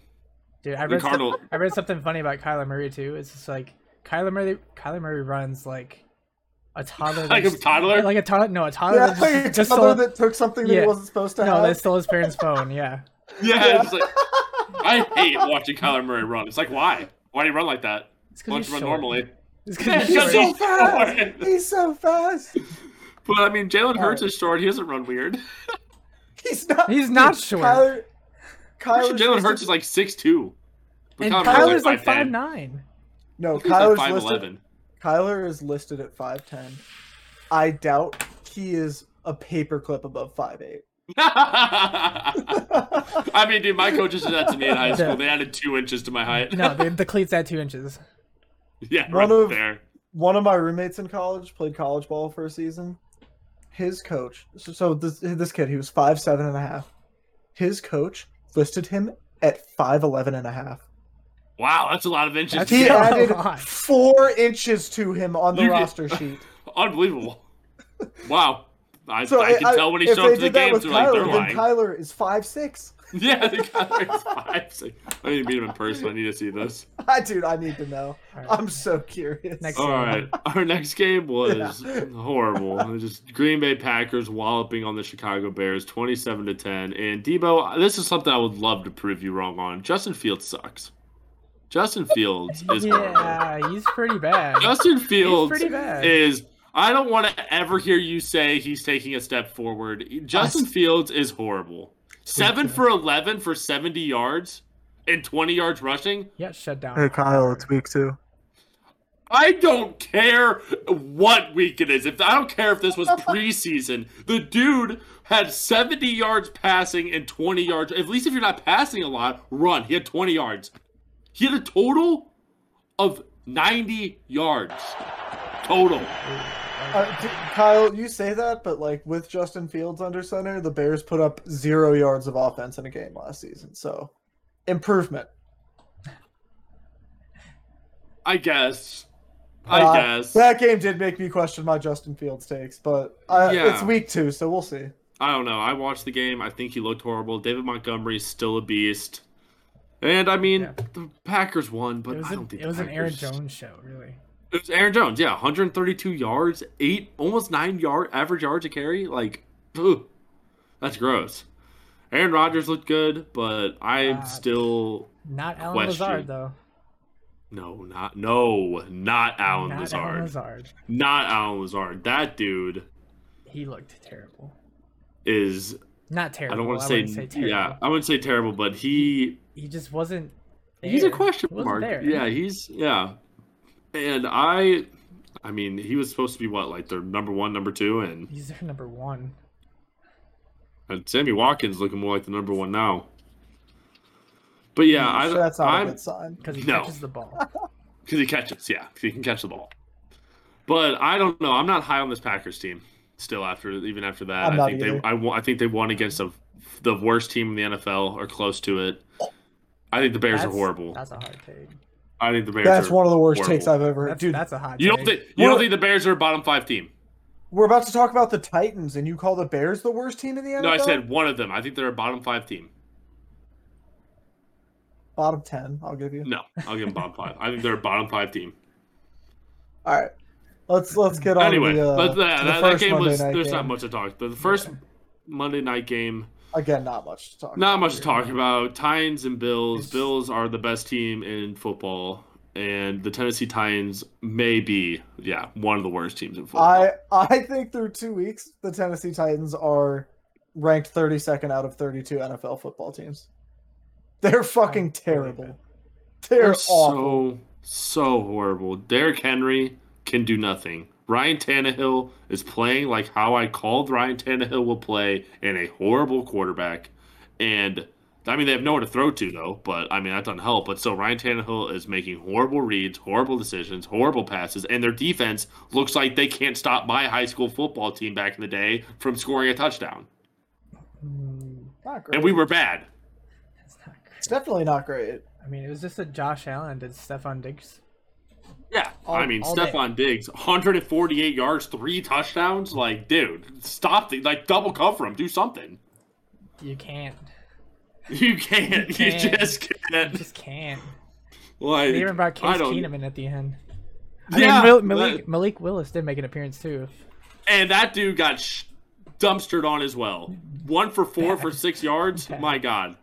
dude. I The read, some- Cardinals. I read something funny about Kyler Murray too. It's just like Kyler Murray. Kyler Murray runs like a toddler. Like a that's- toddler? Like a toddler. No, a toddler. Yeah, that like a just, just toddler stole- that took something that Yeah. he wasn't supposed to no, that have. stole his parents' phone. Yeah. Yeah, Yeah. It's like, I hate watching Kyler Murray run. It's like why? Why do you run like that? It's Why don't he's you run short. normally? It's Yeah, it's because 'cause he's so short. he's fast. short. He's so fast. But I mean, Jalen Yeah. Hurts is short. He doesn't run weird. He's not. He's not dude, short. Kyler. Kyler's Jalen listed- Hurts is like six two. And Kyler's like five nine. no. Kyler's Kyler's five listed. eleven. Kyler is listed at five ten. I doubt he is a paperclip above five eight. I mean, dude, my coaches did that to me in high school. They added two inches to my height. No, the, the cleats at two inches. yeah, One right of- there. One of my roommates in college played college ball for a season. His coach, so, so this this kid, he was five seven and a half. His coach listed him at five eleven and a half. Wow, that's a lot of inches. That's- He Yeah, added a lot. four inches to him on the You did- roster sheet. Unbelievable. Wow. I, So I can I- tell when he if shows they up to the did that games, with they're like, they're Kyler, lying. then Kyler is five six. Yeah, the Kyler's five. six. I need to meet him in person. I need to see this. I dude, I need to know. All right. I'm so curious. Next- All right. Our next game was Yeah. horrible. It was Just Green Bay Packers walloping on the Chicago Bears 27 to 10. And Debo, this is something I would love to prove you wrong on. Justin Fields sucks. Justin Fields is horrible. Yeah, he's pretty bad. Justin He's Fields pretty bad. is I don't want to ever hear you say he's taking a step forward. Justin Fields is horrible. Seven for eleven for seventy yards and twenty yards rushing. yeah, shut down. Kyle, it's week two. I don't care what week it is. If I don't care if this was preseason, the dude had seventy yards passing and twenty yards. At least if you're not passing a lot, run. He had twenty yards. He had a total of ninety yards. Total. Uh, d- Kyle, you say that, but like with Justin Fields under center, the Bears put up zero yards of offense in a game last season. So improvement. I guess. I Uh, guess. That game did make me question my Justin Fields takes, but uh, Yeah. it's week two, so we'll see. I don't know. I watched the game. I think he looked horrible. David Montgomery's still a beast. And I mean, Yeah. the Packers won, but it was, I don't an, think it the was an Aaron Packers- Jones show, really. It was Aaron Jones. Yeah, 132 yards, eight, almost nine yard average yards a carry. Like, ugh, that's gross. Aaron Rodgers looked good, but I'm Uh, still Not Alan Question. Lazard though. no, not no, not Alan Not Lazard, Alan Lazard. not Alan Lazard. That dude He looked terrible. is. Not terrible. I don't want to wouldn't say, say terrible. yeah. I wouldn't say terrible, but he He just wasn't. He's a there. question He wasn't mark. there. Yeah, he's yeah. And I I mean, he was supposed to be what, like their number one, number two, and, He's their number one. and Sammy Watkins looking more like the number one now. But yeah, I Mm, so that's not a I'm good sign. because he No. catches the ball. because he catches, yeah, 'cause he can catch the ball. But I don't know. I'm not high on this Packers team still. After even after that, I'm I not think either. they I, wa- I think they won against the the worst team in the NFL or close to it. I think the Bears That's- are horrible. That's a hard take. I think the Bears. That's are, one of the worst horrible. takes I've ever heard. That's, Dude, that's a hot. You don't take. think you don't Well- think the Bears are a bottom five team? we're about to talk about the Titans, and you call the Bears the worst team in the NFL? No, I said one of them. I think they're a bottom five team. bottom 10, I'll give you. No, I'll give them bottom five. I think they're a bottom five team. All right, let's let's get on. Anyway, the, uh, but to that, the that, that first game Monday was night there's not game. much to talk. The, the first Monday night game, Again, not much to talk. not about much to here. talk about. Titans and Bills. Bills are the best team in football, and the Tennessee Titans may be yeah one of the worst teams in football. I I think through two weeks, the Tennessee Titans are ranked 32nd out of 32 NFL football teams. They're fucking terrible. They're they're awful. so so horrible. Derrick Henry can do nothing. Ryan Tannehill is playing like how I called Ryan Tannehill will play, and a horrible quarterback. And I mean, they have nowhere to throw to though. But I mean, that doesn't help. But so Ryan Tannehill is making horrible reads, horrible decisions, horrible passes, and their defense looks like they can't stop my high school football team back in the day from scoring a touchdown. Mm, Not great. And we were bad. that's not it's great. definitely not great. I mean, it was just a Josh Allen did Stefan Diggs. Yeah, All- I mean all day. Stephon Diggs, 148 yards, three touchdowns. Like, dude, stop the like double cover him, do something. You can't. You can't. You, can't. just You can't. just can't. Like, They even brought I Case don't. Keenum in at the end. I mean, Yeah, Mal- that- Malik, Malik Willis did make an appearance too. and that dude got sh- dumpstered on as well. One for four for six yards. Bad. My God.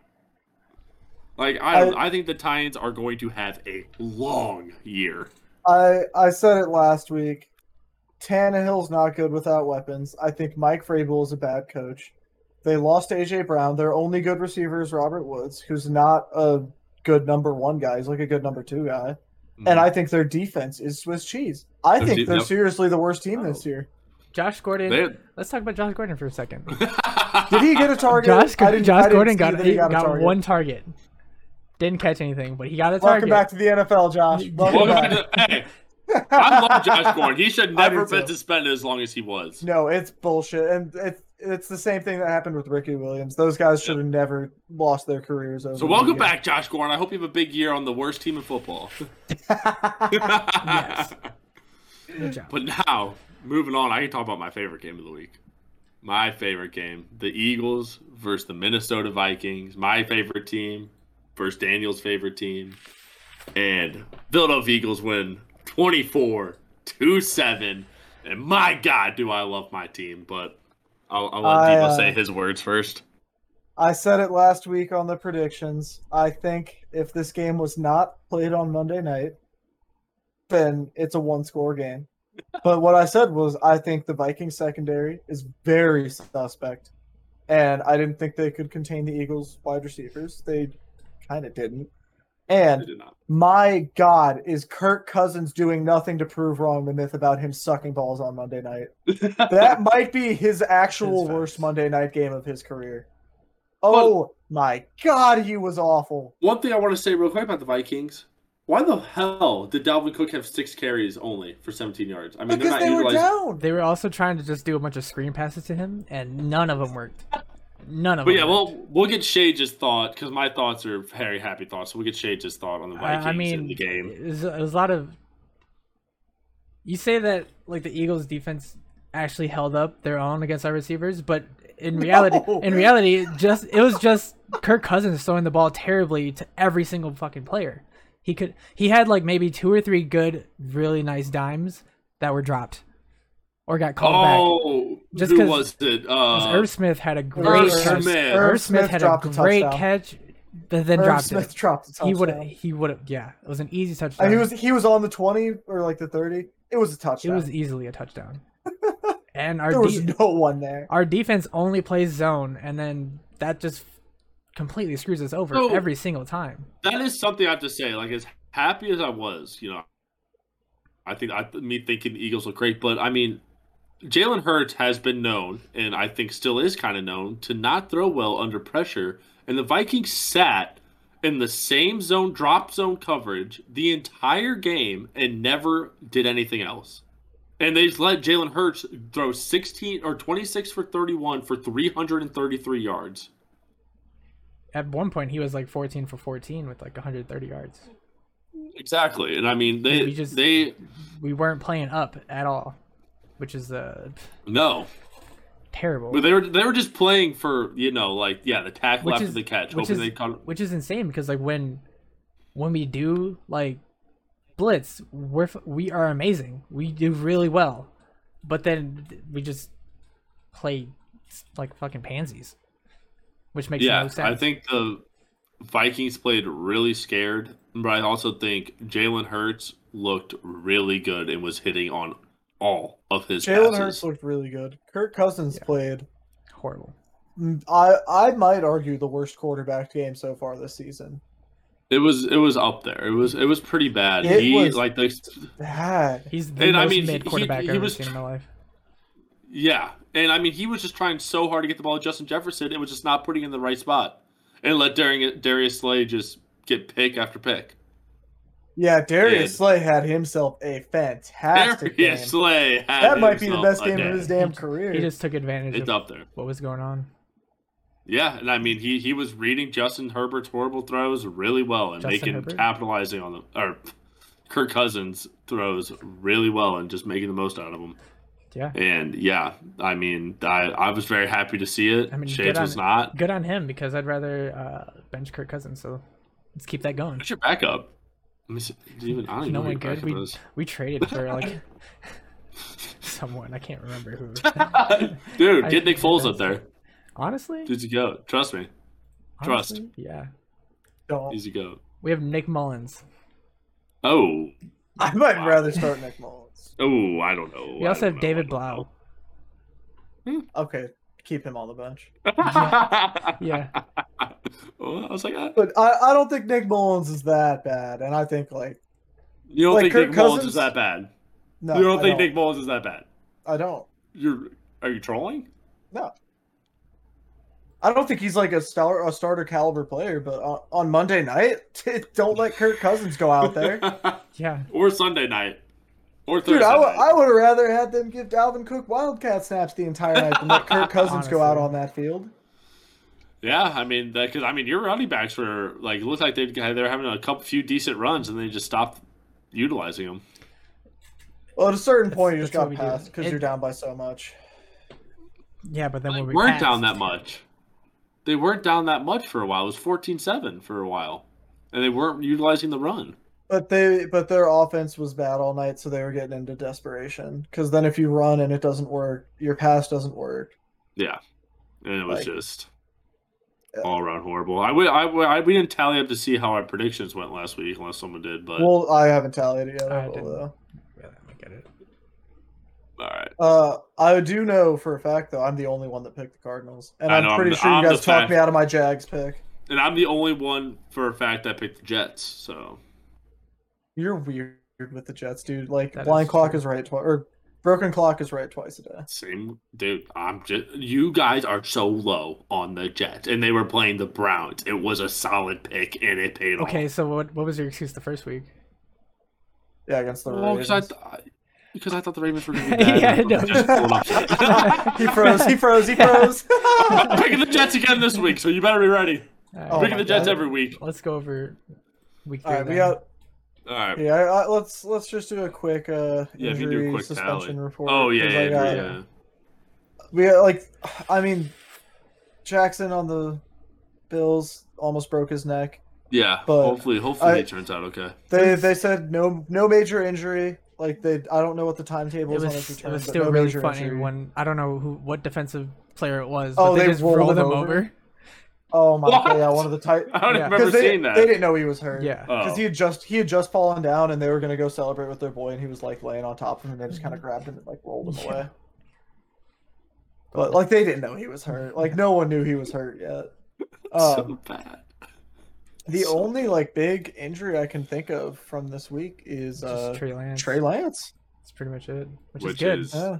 Like I, don't, I- I think the Titans are going to have a long year. I I said it last week. Tannehill's not good without weapons. I think Mike Vrabel is a bad coach. They lost AJ Brown. Their only good receiver is Robert Woods, who's not a good number one guy. He's like a good number two guy. And I think their defense is Swiss cheese. I Their think de- they're Mm-hmm. yep. seriously the worst team Oh. this year. Josh Gordon. They- Let's talk about Josh Gordon for a second. Did he get a target? Josh, I didn't- Josh I didn't Gordon see got, that he got, a target. one target. Didn't catch anything, but he got a Welcome target. back to the NFL, Josh. Welcome Welcome back. to hey, I love Josh Gordon. He should I do never been too. suspended as long as he was. No, it's bullshit, and it's it's the same thing that happened with Ricky Williams. Those guys should have never lost their careers. Over So the welcome years. back, Josh Gordon. I hope you have a big year on the worst team in football. Yes. Good job. But now, moving on, I can talk about my favorite game of the week. My favorite game, the Eagles versus the Minnesota Vikings. My favorite team versus Daniel's favorite team. And Philadelphia Eagles win 24 to 7. And my God, do I love my team. But I'll, I'll let I, Debo uh, say his words first. I said it last week on the predictions. I think if this game was not played on Monday night, then it's a one score game. But what I said was I think the Vikings secondary is very suspect. And I didn't think they could contain the Eagles wide receivers. They kind of didn't. I And did not. my God, is Kirk Cousins doing nothing to prove wrong the myth about him sucking balls on Monday night? That might be his actual His worst facts. Monday night game of his career. Well- Oh my God, he was awful. One thing I want to say real quick about the Vikings. Why the hell did Dalvin Cook have six carries only for 17 yards? I mean, because they're they not were utilizing. down. They were also trying to just do a bunch of screen passes to him, and none of them worked. None of But them. yeah, worked. we'll we'll get Shage's thought because my thoughts are very happy thoughts. So we'll get Shage's thought on the Vikings I, I mean, in the game. It was, it was a lot of. You say that like the Eagles' defense actually held up their own against our receivers, but in reality, No. in reality, it just it was just Kirk Cousins throwing the ball terribly to every single fucking player. He could he had like maybe two or three good, really nice dimes that were dropped or got called back. Oh, Just who 'cause- was it? 'Cause Uh, Irv Smith had a great Irv catch. Smith. Irv, Irv Smith had a dropped a great touchdown. catch, but then Irv dropped Smith it. dropped a touchdown. He would have. He would have. Yeah, it was an easy touchdown. And he was he was on the twenty or like the thirty. It was a It touchdown. was easily a touchdown. and our there was de- no one there. our defense only plays zone, and then that just completely screws us over So- every single time. that is something I have to say. Like as happy as I was, you know, I think I me thinking the Eagles look great, but I mean, Jalen Hurts has been known, and I think still is kind of known to not throw well under pressure. And the Vikings sat in the same zone drop zone coverage the entire game and never did anything else. And they just let Jalen Hurts throw 16 or 26 for 31 for 333 yards. At one point, he was like 14 for 14 with like 130 yards. Exactly. And I mean, they We just- they We weren't playing up at all, which is uh, no. terrible. Well, they were they were just playing for you know like yeah the tackle Which after is- the catch, which hoping is- they caught. which is insane because like when when we do like blitz we're f- we are amazing we do really well but then th- we just play s- like fucking pansies which makes Yeah, no sense I think the Vikings played really scared, but I also think Jalen Hurts looked really good and was hitting on all of his Jalen passes. Hurts looked really good. Kirk Cousins Yeah. played. horrible mm, I I might argue the worst quarterback game so far this season. It was it was up there. It was it was pretty bad. It he was- like the Bad. he's the And, I most mean, mid he- quarterback he i've ever was seen in my life Yeah, and I mean, he was just trying so hard to get the ball to Justin Jefferson. It was just not putting it in the right spot, and let Darius, Darius Slay just get pick after pick. Yeah, Darius And- Slay had himself a fantastic Darius game. Slay had Oh, That might be the himself best a game of his damn career. he just took advantage It's of up there. what was going on Yeah, and I mean, he he was reading Justin Herbert's horrible throws really well and Justin making Herbert? capitalizing on them. Or Kirk Cousins throws really well and just making the most out of them. yeah And yeah, I mean, I, I was very happy to see it. I mean, Shades good on was it. not. good on him because i'd rather uh, bench kirk cousins so let's keep that going What's your backup? Let me see. Do you even, I don't even No know one who your good. backup We is. we traded for like someone. I can't remember who. Dude, I get Nick think Foles up that's- there. Honestly, He's a goat. Trust me. trust. honestly, Yeah, Don't. He's a goat. we have Nick Mullins. Oh. I might rather start Nick Mullins. Oh, I don't know. We I also don't have know. I David don't Blau. Okay, keep him on the bench. know. Yeah, Well, I was like, ah. But I, I don't think Nick Mullins is that bad, and I think like you don't Like think Kirk Nick Mullins Cousins? is that bad? no, you don't I think don't. Nick Mullins is that bad? I don't. You're are you trolling? I don't think he's like a star, a starter caliber player, but on, on Monday night, don't let Kirk Cousins go out there. Yeah. or Sunday night. Or Thursday. Dude, I night. would have rather had them give Dalvin Cook Wildcat snaps the entire night than let Kirk Cousins go out Honestly. on that field. Yeah, I mean, because I mean, your running backs were like it looked like they they're having a couple few decent runs, and they just stopped utilizing them. Well, at a certain That's- point, you just that's got what we do. passed because It- you're down by so much. Yeah, but then They when we weren't down passed- that much. They weren't down that much for a while. It was 14-7 for a while, and they weren't utilizing the run. But they, but their offense was bad all night, so they were getting into desperation. Because then, if you run and it doesn't work, your pass doesn't work. Yeah, and it was Like- just Yeah. all around horrible. I, would- I, would- I we didn't tally up to see how our predictions went last week, unless someone did. But Well, I haven't tallied it yet. I I will, didn't. though. Really, I'm gonna get it. all right, Uh, I do know for a fact though, I'm the only one that picked the Cardinals, and I I'm know, I'm pretty the- sure I'm you the guys talked fact- me out of my Jags pick. and I'm the only one for a fact that picked the Jets. So You're weird with the Jets, dude. Like That blind is clock true. is right twice, or broken clock is right twice a day. Same dude. I'm just you guys are so low on the Jets, and they were playing the Browns. It was a solid pick, and it paid Okay, so what what was your excuse the first week? Yeah, against the off. Well, Ravens. because I, th- I- because I thought the Ravens were going to be bad. Yeah, I know. Just pulled up. he froze. He froze. He froze. I'm picking the Jets again this week, so you better be ready. All Oh Picking right, my the Jets God. every week. let's go over week All three. right, we then. got. All right. Yeah, I, I, let's let's just do a quick uh Yeah, if you do a injury quick suspension tally. report. Oh yeah, 'cause yeah, I got- yeah. We got, like, I mean, Jackson on the Bills almost broke his neck. Yeah, But hopefully, hopefully I- it turns out okay. They they said no no major injury. Like they, I don't know what the timetable it is on his was, it return. was but still no really major funny injury. when I don't know who what defensive player it was, but Oh, they, they just rolled rolled him him over? over. Oh my What? god! Yeah, one of the tight. I don't Yeah. remember they, seeing that. they didn't know he was hurt. Yeah. oh. Because he had just he had just fallen down and they were gonna go celebrate with their boy and he was like laying on top of him and they just kind of grabbed him and like rolled him Yeah. away. But like they didn't know he was hurt. Like no one knew he was hurt yet. so Um, bad. the so only like big injury I can think of from this week is Just uh, Trey Lance. Trey Lance. That's pretty much it, which, Which is good. Uh, is- Yeah.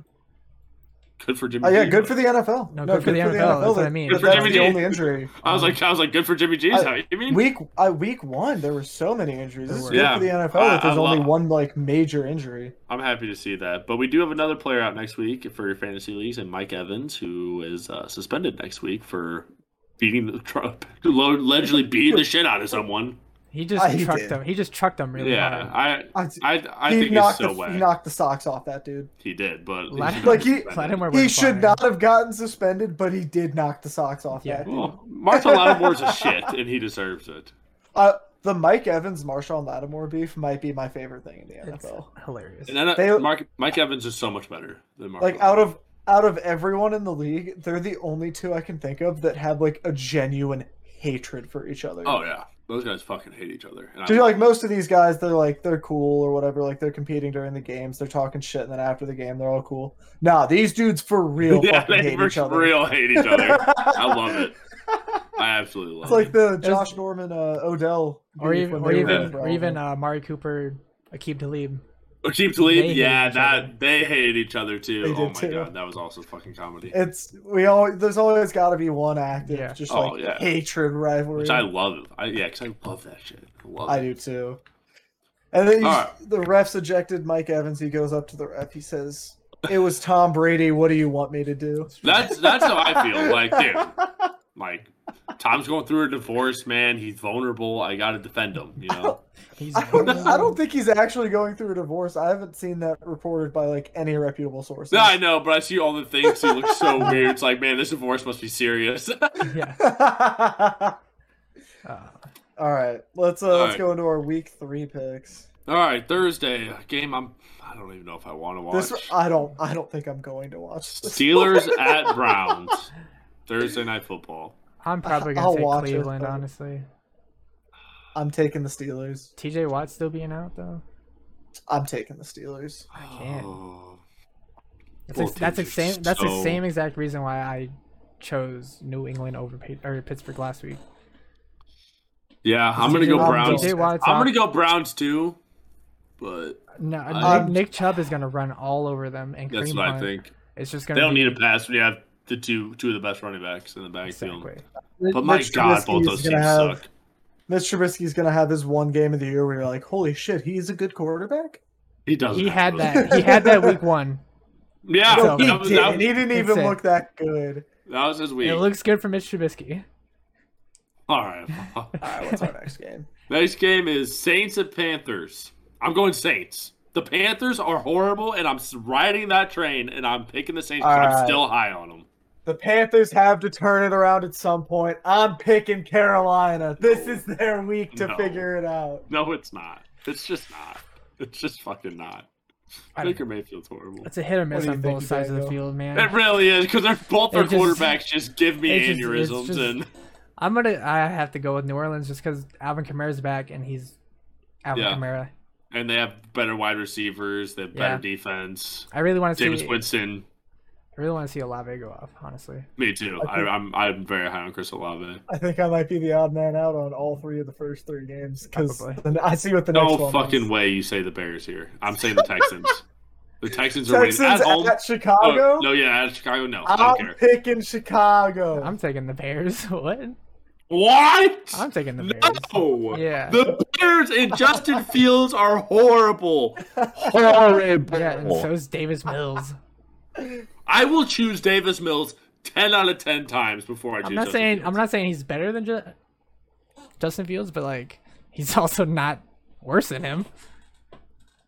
Good for Jimmy. Oh yeah, G, good though. for the NFL. No, good for the NFL, that's what I that- mean. but Good for that's Jimmy the G. only injury. I was like, I was like, good for Jimmy G's. Um, I- how you mean? Week I week one, there were so many injuries. This is good There were. for the NFL Yeah. that there's I- I only love- one like major injury. I'm happy to see that. But we do have another player out next week for your fantasy leagues, and Mike Evans, who is uh, suspended next week for beating the tr- allegedly beating the shit out of someone. He just Ah, he trucked did. them. He just trucked them really yeah, hard. I, I, I, I he think it's knocked so the, he whack. knocked the socks off that dude. He did, but he Laugh- should Like, not he- be suspended. Let him wear He wings should fine. not have gotten suspended, but he did knock the socks off Yeah. that dude. Well, Marshall Lattimore's a shit, and he deserves it. Uh, the Mike Evans Marshawn Lattimore beef might be my favorite thing in the It's NFL. hilarious. And then uh, They- Mark, Mike Evans is so much better than Marshall. Like out of out of everyone in the league, they're the only two I can think of that have like a genuine hatred for each other. Oh yeah, those guys fucking hate each other. And I Dude, like most of these guys, they're like they're cool or whatever. Like they're competing during the games, they're talking shit, and then after the game, they're all cool. Nah, these dudes for real yeah, fucking they hate for each other. real hate each other. I love it. I absolutely love It's it. like the Josh Norman, uh, Odell, or beef even, when or they were even, in or Browns. even uh, Mari Cooper, Akib Talib. Keep They Talib, hated yeah, each that other. they hated each other too. They did oh my too. god, that was also fucking comedy. It's we all there's always got to be one active, Yeah. just Oh, like yeah. hatred rivalry. Which I love. I yeah, because I love that shit. I love I it. do too. And then you All just- the refs ejected Mike Evans. He goes up to the ref. He says, "It was Tom Brady. What do you want me to do?" That's that's how I feel. Like, dude, like Tom's going through a divorce, man. He's vulnerable. I gotta defend him, you know. He's I don't, vulnerable. I don't think he's actually going through a divorce. I haven't seen that reported by like any reputable sources. No, I know, but I see all the things. He looks so weird. It's like, man, this divorce must be serious. Yeah. Uh, All right, let's uh, All let's right. go into our week three picks. all right, Thursday a game. I'm. I don't even know if I want to watch. This I don't I don't think I'm going to watch this. Steelers at Browns. Thursday night football. I'm probably gonna I'll take watch it, Cleveland, but- honestly. I'm taking the Steelers. T.J. Watt still being out though. I'm taking the Steelers. I can't. Oh. That's ex- Both that's the teams are same. That's so- the same exact reason why I chose New England over Pa- or Pittsburgh last week. Yeah, I'm gonna TJ go Watt- Browns. TJ Watt's I'm out. gonna go Browns too, but No, I- Nick, Nick Chubb is gonna run all over them, and that's Kareem what I Hunt- think. It's just They gonna. don't be, need a pass when you have the two two of the best running backs in the backfield. Exactly. But my Mitch God, both Trubisky's those gonna teams have- suck. Mitch Trubisky's gonna have his one game of the year where you're like, holy shit, he's a good quarterback. He doesn't. He have had those. that. He had that week one. Yeah, No, that, he was, that, He didn't It's even it. look that good. that was his week. It looks good for Mitch Trubisky. All right. All right, what's our next game? Next game is Saints and Panthers. I'm going Saints. The Panthers are horrible, and I'm s- riding that train, and I'm picking the Saints. 'cause All I'm right. still high on them. The Panthers have to turn it around at some point. I'm picking Carolina. This No. is their week to No. figure it out. No, it's not. It's just not. It's just fucking not. I don't- Baker Mayfield's horrible. It's a hit or miss do you on think, both sides of the Django? field, It man. really is because they're both their It just- quarterbacks just give me it just- it's aneurysms, just- and I'm gonna. I have to go with New Orleans just because Alvin Kamara's back and he's Alvin Yeah. Kamara. and they have better wide receivers. They have better Yeah. defense. I really want to James see. Winston. I really want to see Olave go off. Honestly, Me too. I I think- I'm I'm very high on Chris Olave. I think I might be the odd man out on all three of the first three games because Probably. I see what the No next one fucking is. way you say the Bears here. I'm saying the Texans. the Texans are Texans winning at at, home. Oh, Chicago. no, yeah, at Chicago. No, I don't I'm care. picking Chicago. I'm taking the Bears. what? What? I'm taking the Bears. no. Yeah. The Bears and Justin Fields are horrible. Horrible. Yeah, and so's Davis Mills. I will choose Davis Mills ten out of ten times before I choose. I'm not Justin saying Fields. I'm not saying he's better than Ju- Justin Fields, but like he's also not worse than him.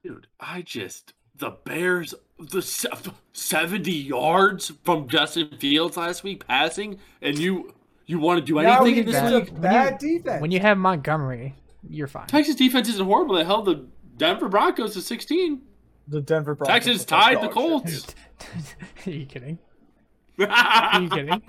Dude, I just the Bears the se- seventy yards from Justin Fields last week passing, and you you want to do Now anything we in this just that- a league? bad defense. When you have Montgomery, you're fine. Texas defense isn't horrible. They held the Denver Broncos to sixteen. the Denver Broncos Texans are dog tied the shit. Colts. Are you kidding? Are you I'm kidding?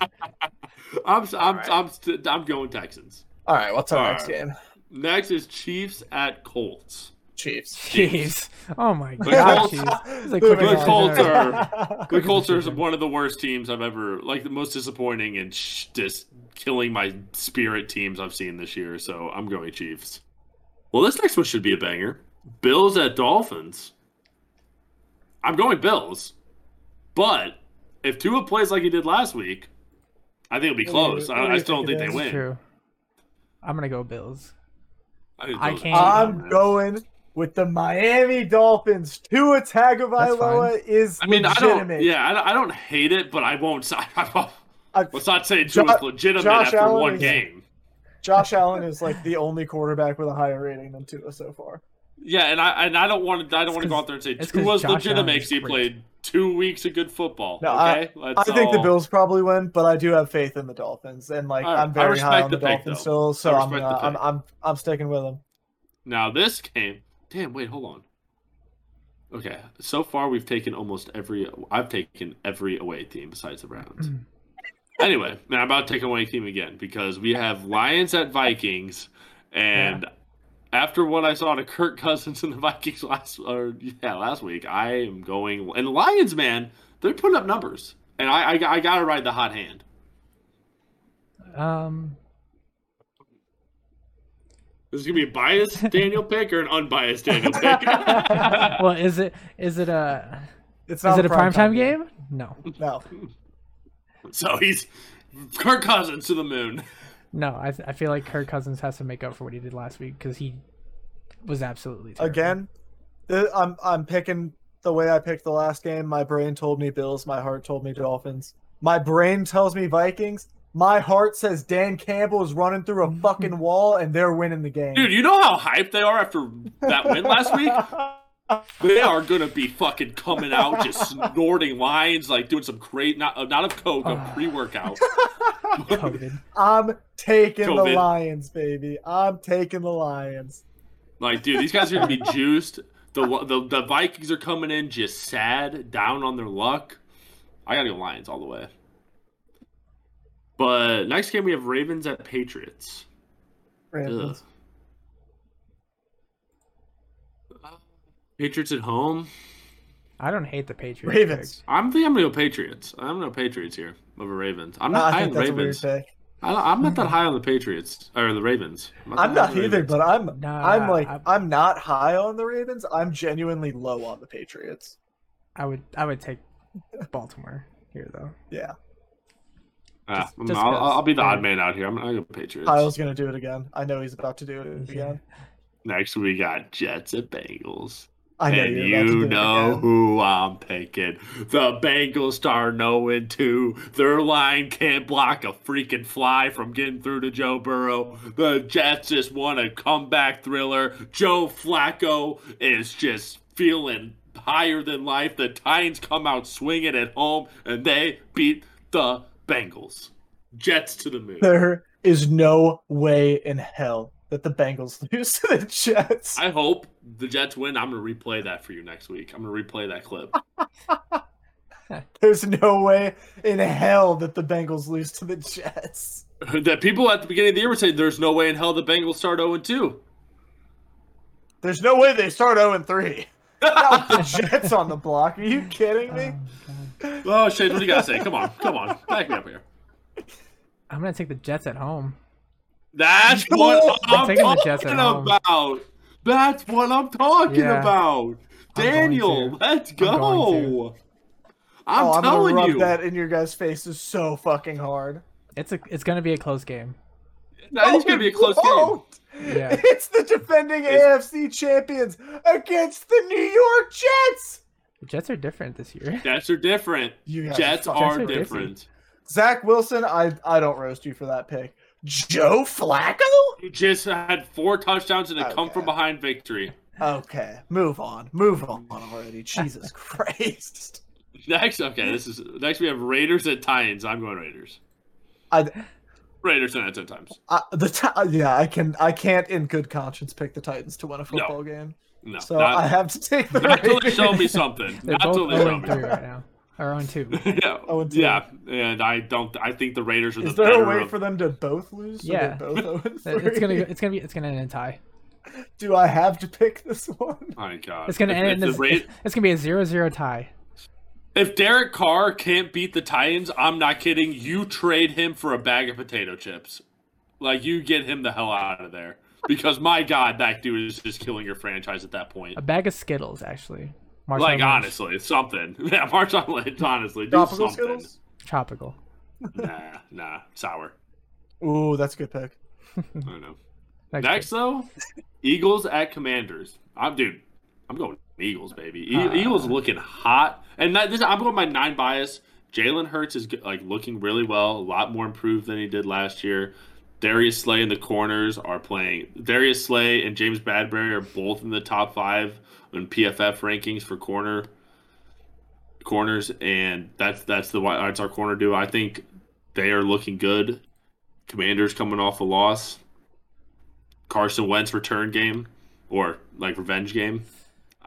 I'm I'm st- I'm going Texans. All right, what's our All next right. game? Next is Chiefs at Colts. Chiefs. Jeez. Oh my The god. Colts- Jeez. It's like The cooking Colts on the- are- The Colts are decision. one of the worst teams I've ever like the most disappointing and sh- just killing my spirit teams I've seen this year. So I'm going Chiefs. Well, this next one should be a banger. Bills at Dolphins. I'm going Bills, but if Tua plays like he did last week, I think it'll be What do you- close. what do I, I you still don't think think it they is? win. True. I'm gonna go Bills. I, think I Bills- can't- I'm going with the Miami Dolphins. Tua Tagovailoa is I mean, I legitimate. don't. Yeah, I don't, I don't hate it, but I won't. si- I- Let's not say Tua's Jo- legitimate Josh after Allen one is- game. Josh Allen is like the only quarterback with a higher rating than Tua so far. Yeah, and I and I don't want to. I don't want to go 'cause- out there and say it's two 'cause was Josh legitimate Allen because is he great. played two weeks of good football. No, I- okay, I Let's think the all- Bills probably win, but I do have faith in the Dolphins, and like I- I I'm very high respect on the the, pick, Dolphins though. still, so I I'm, respect gonna, the I'm pick. I'm I'm sticking with them. Now this game. Damn. Wait. Hold on. Okay. So far, we've taken almost every. I've taken every away team besides the Browns. anyway, now I'm about to take an away team again because we have Lions at Vikings, and after what I saw to Kirk Cousins and the Vikings last or yeah last week, I am going and the Lions. Man, they're putting up numbers, and I I, I gotta ride the hot hand. Um This is gonna be a biased Daniel pick or an unbiased Daniel pick. well is it is it a It's not is it a prime primetime time game? No. No, so he's Kirk Cousins to the moon. No, I, th- I feel like Kirk Cousins has to make up for what he did last week because he was absolutely terrible. again, th- I'm I'm picking the way I picked the last game. My brain told me Bills, my heart told me Dolphins. My brain tells me Vikings. My heart says Dan Campbell is running through a fucking wall, and they're winning the game. Dude, you know how hyped they are after that win last week? They are gonna be fucking coming out just snorting lines, like doing some great not uh, not of coke, of pre workout. COVID. I'm taking the COVID. Lions, baby. I'm taking the Lions. Like, dude, these guys are gonna be juiced. The, the the Vikings are coming in just sad, down on their luck. I gotta go Lions all the way. But next game we have Ravens at Patriots. Ugh. Ravens. Patriots at home. I don't hate the Patriots. Ravens. I'm think I'm gonna go Patriots. I'm gonna go Patriots here over Ravens. I'm No, not I high think on the that's Ravens. a weird pick. I don't, I'm not that high on the Patriots or the Ravens. I'm that high not on the either, Ravens. but I'm Nah, I'm like I- I'm, not high on the Ravens. I'm genuinely low on the Patriots. I would I would take Baltimore here though. Yeah, Ah, Just- I'm- just I'll, 'cause. I'll be the odd man out here. I'm not going to Patriots. Kyle's gonna do it again. I know he's about to do Mm-hmm. it Yeah. again. Next, we got Jets and Bengals. I know and you're about to you do it know again. who I'm picking. The Bengals are knowing too. Their line can't block a freaking fly from getting through to Joe Burrow. The Jets just want a comeback thriller. Joe Flacco is just feeling higher than life. The Titans come out swinging at home and they beat the Bengals. Jets to the moon. There is no way in hell that the Bengals lose to the Jets. I hope the Jets win. I'm going to replay that for you next week. I'm going to replay that clip. There's no way in hell that the Bengals lose to the Jets. that people at the beginning of the year would say there's no way in hell the Bengals start 0 2. There's no way they start 0 3. Not with the Jets on the block. Are you kidding me? Um, God. Oh, Shades, what do you got to say? Come on, come on. Back me up here. I'm gonna take the Jets at home. That's what I'm I'm taking the Jets talking at home. about. That's what I'm talking Yeah. about. I'm going Daniel, to. let's I'm going go. I'm, oh, I'm gonna telling rub you. that in your guys' faces so fucking hard. It's a it's gonna be a close game. That is going to be a close game. Won't! Yeah. It's the defending It's- AFC champions against the New York Jets. The Jets are different this year. Jets are different. You guys Jets fuck- are different. different. Zach Wilson. I I don't roast you for that pick. Joe Flacco. You just had four touchdowns and a come Okay. from behind victory. Okay, move on. Move on already. Jesus Christ. Next, okay, this is next. We have Raiders at Titans. I'm going Raiders. I, Raiders and at ten times. I the ti- yeah I can I can't in good conscience pick the Titans to win a football game. No, So not- I have to take the Not till they Raiders. show me something. They're Not till both they 0 show and me. 3 right now. Or 0 and 2. yeah. Oh, and two. yeah, and I don't. I think the Raiders are the Is there a better. way of- for them to both lose? So Yeah. yeah, both 0 and It- It's gonna 3? it's gonna be it's gonna end in a tie. Do I have to pick this one? My God, It's gonna If- end if in the this. Ra- It's, it's gonna be a 0-0 tie. If Derek Carr can't beat the Titans, I'm not kidding. You trade him for a bag of potato chips. Like you get him the hell out of there because my God, that dude is just killing your franchise at that point. A bag of Skittles actually. Marshawn Like Lynch. honestly, something. Yeah, Marshawn Lynch. Honestly, do Tropical something. Skittles. Tropical. Nah, nah, sour. Ooh, that's a good pick. I don't know. Next. Next though, Eagles at Commanders. I'm dude. I'm going Eagles, baby. E- Ah. Eagles looking hot, and that, this, I'm going my nine bias. Jalen Hurts is like looking really well, a lot more improved than he did last year. Darius Slay in the corners are playing. Darius Slay and James Bradbury are both in the top five in PFF rankings for corner corners, and that's that's the why that's our corner do. I think they are looking good. Commanders coming off a loss. Carson Wentz return game or like revenge game.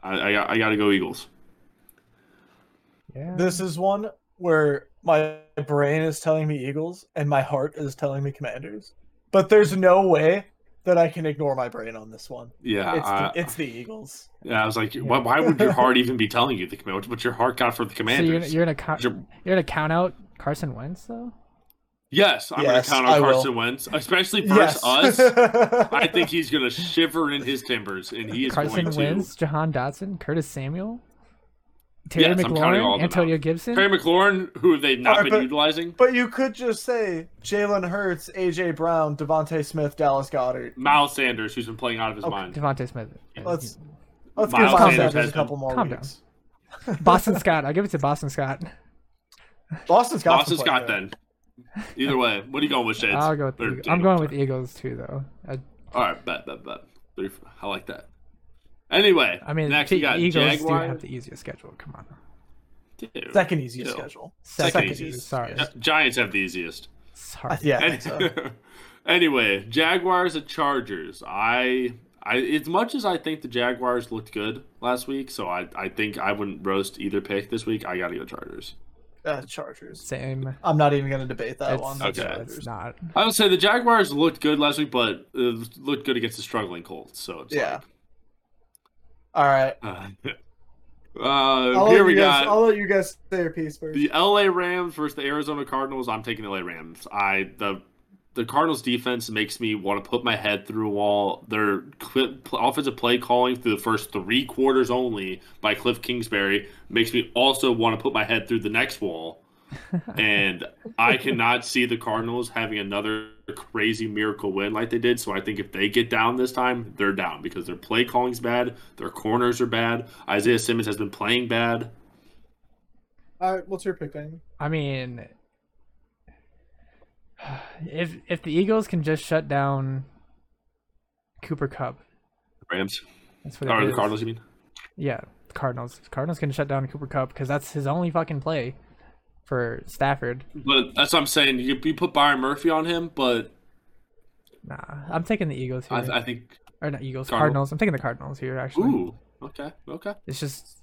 I I, got- I got to go Eagles. Yeah. This is one where my brain is telling me Eagles and my heart is telling me Commanders. But there's no way that I can ignore my brain on this one. Yeah, It's I, the, it's the Eagles. yeah, I was like, why, why would your heart even be telling you the commanders? But your heart got for the so you're, commanders. you're gonna count Your- you're gonna count out Carson Wentz though. yes, I'm Yes, gonna count I on will. Carson Wentz, especially versus us. I think he's gonna shiver in his timbers, and he is Carson going Wentz, Jahan Dotson, Curtis Samuel, Terry Yes, I'm counting all of McLaurin, them Antonio out. Gibson. to. Terry McLaurin, who they've not All right, been but- utilizing, But you could just say Jalen Hurts, AJ Brown, Devontae Smith, Dallas Goddard. Miles Sanders, who's been playing out of his Okay. mind. Devontae Smith. Let's- Miles Let's give Miles Sanders Sanders has a couple more Calm down. weeks. Boston Scott. I'll give it to Boston Scott. Boston Scott's Boston been Scott, playing then. Either way, what are you going with, Shades? I'll go with the Or Eagles. I'm Daniel, going sorry. with Eagles too, though. I, All right, bet, bet, bet. Three, f- I like that. Anyway, I mean, next the you got Eagles do Jaguars. have the easiest schedule. Come on, Dude. good. Second easiest Ew. schedule. second, Second easiest. easiest. Sorry, Gi- Uh, Giants have the easiest. sorry. Yeah. I think so. anyway, Jaguars at Chargers. I, I, as much as I think the Jaguars looked good last week, so I, I think I wouldn't roast either pick this week. I gotta go Chargers. Uh, Chargers. Same. I'm not even going to debate that It's, one. Okay. it's not. I would say the Jaguars looked good last week, but uh, looked good against the struggling Colts. So it's Yeah. All right. Like, uh, uh, I'll here let we you guys, got. I'll let you guys say your piece first. The LA Rams versus the Arizona Cardinals. I'm taking the LA Rams. I the the Cardinals defense makes me want to put my head through a wall. Their cl- offensive play calling through the first three quarters only by Cliff Kingsbury makes me also want to put my head through the next wall. and I cannot see the Cardinals having another crazy miracle win like they did. So I think if they get down this time, they're down because their play calling's bad, their corners are bad. Isaiah Simmons has been playing bad. All right, what's your pick, Damon? I mean, if if the Eagles can just shut down Cooper Cup, Rams that's what it or the is. Cardinals? You mean? Yeah, the Cardinals. If Cardinals can shut down Cooper Cup because that's his only fucking play for Stafford. But that's what I'm saying. You, you put Byron Murphy on him, but Nah, I'm taking the Eagles here, I, I think. or not Eagles, Cardinal- Cardinals. I'm taking the Cardinals here. Actually, Ooh, okay, okay. it's just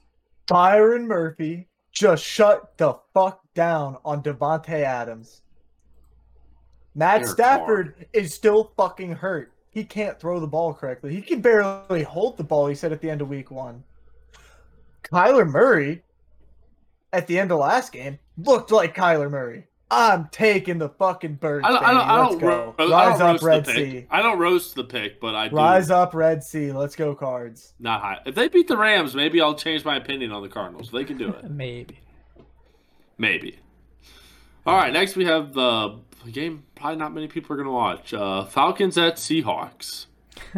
Byron Murphy just shut the fuck down on Devontae Adams. Matt Derek Stafford is still fucking hurt. He can't throw the ball correctly. He can barely hold the ball, he said at the end of week one. Kyler Murray, at the end of last game, looked like Kyler Murray. I'm taking the fucking bird. I don't, I baby. don't, I Let's don't, go. ro- I Rise don't up, roast Red the pick. Sea. I don't roast the pick, but I do Rise up, Red Sea. Let's go, cards. not high. If they beat the Rams, maybe I'll change my opinion on the Cardinals. They can do it. maybe. Maybe. All right, next we have uh, a game probably not many people are going to watch. Uh, Falcons at Seahawks.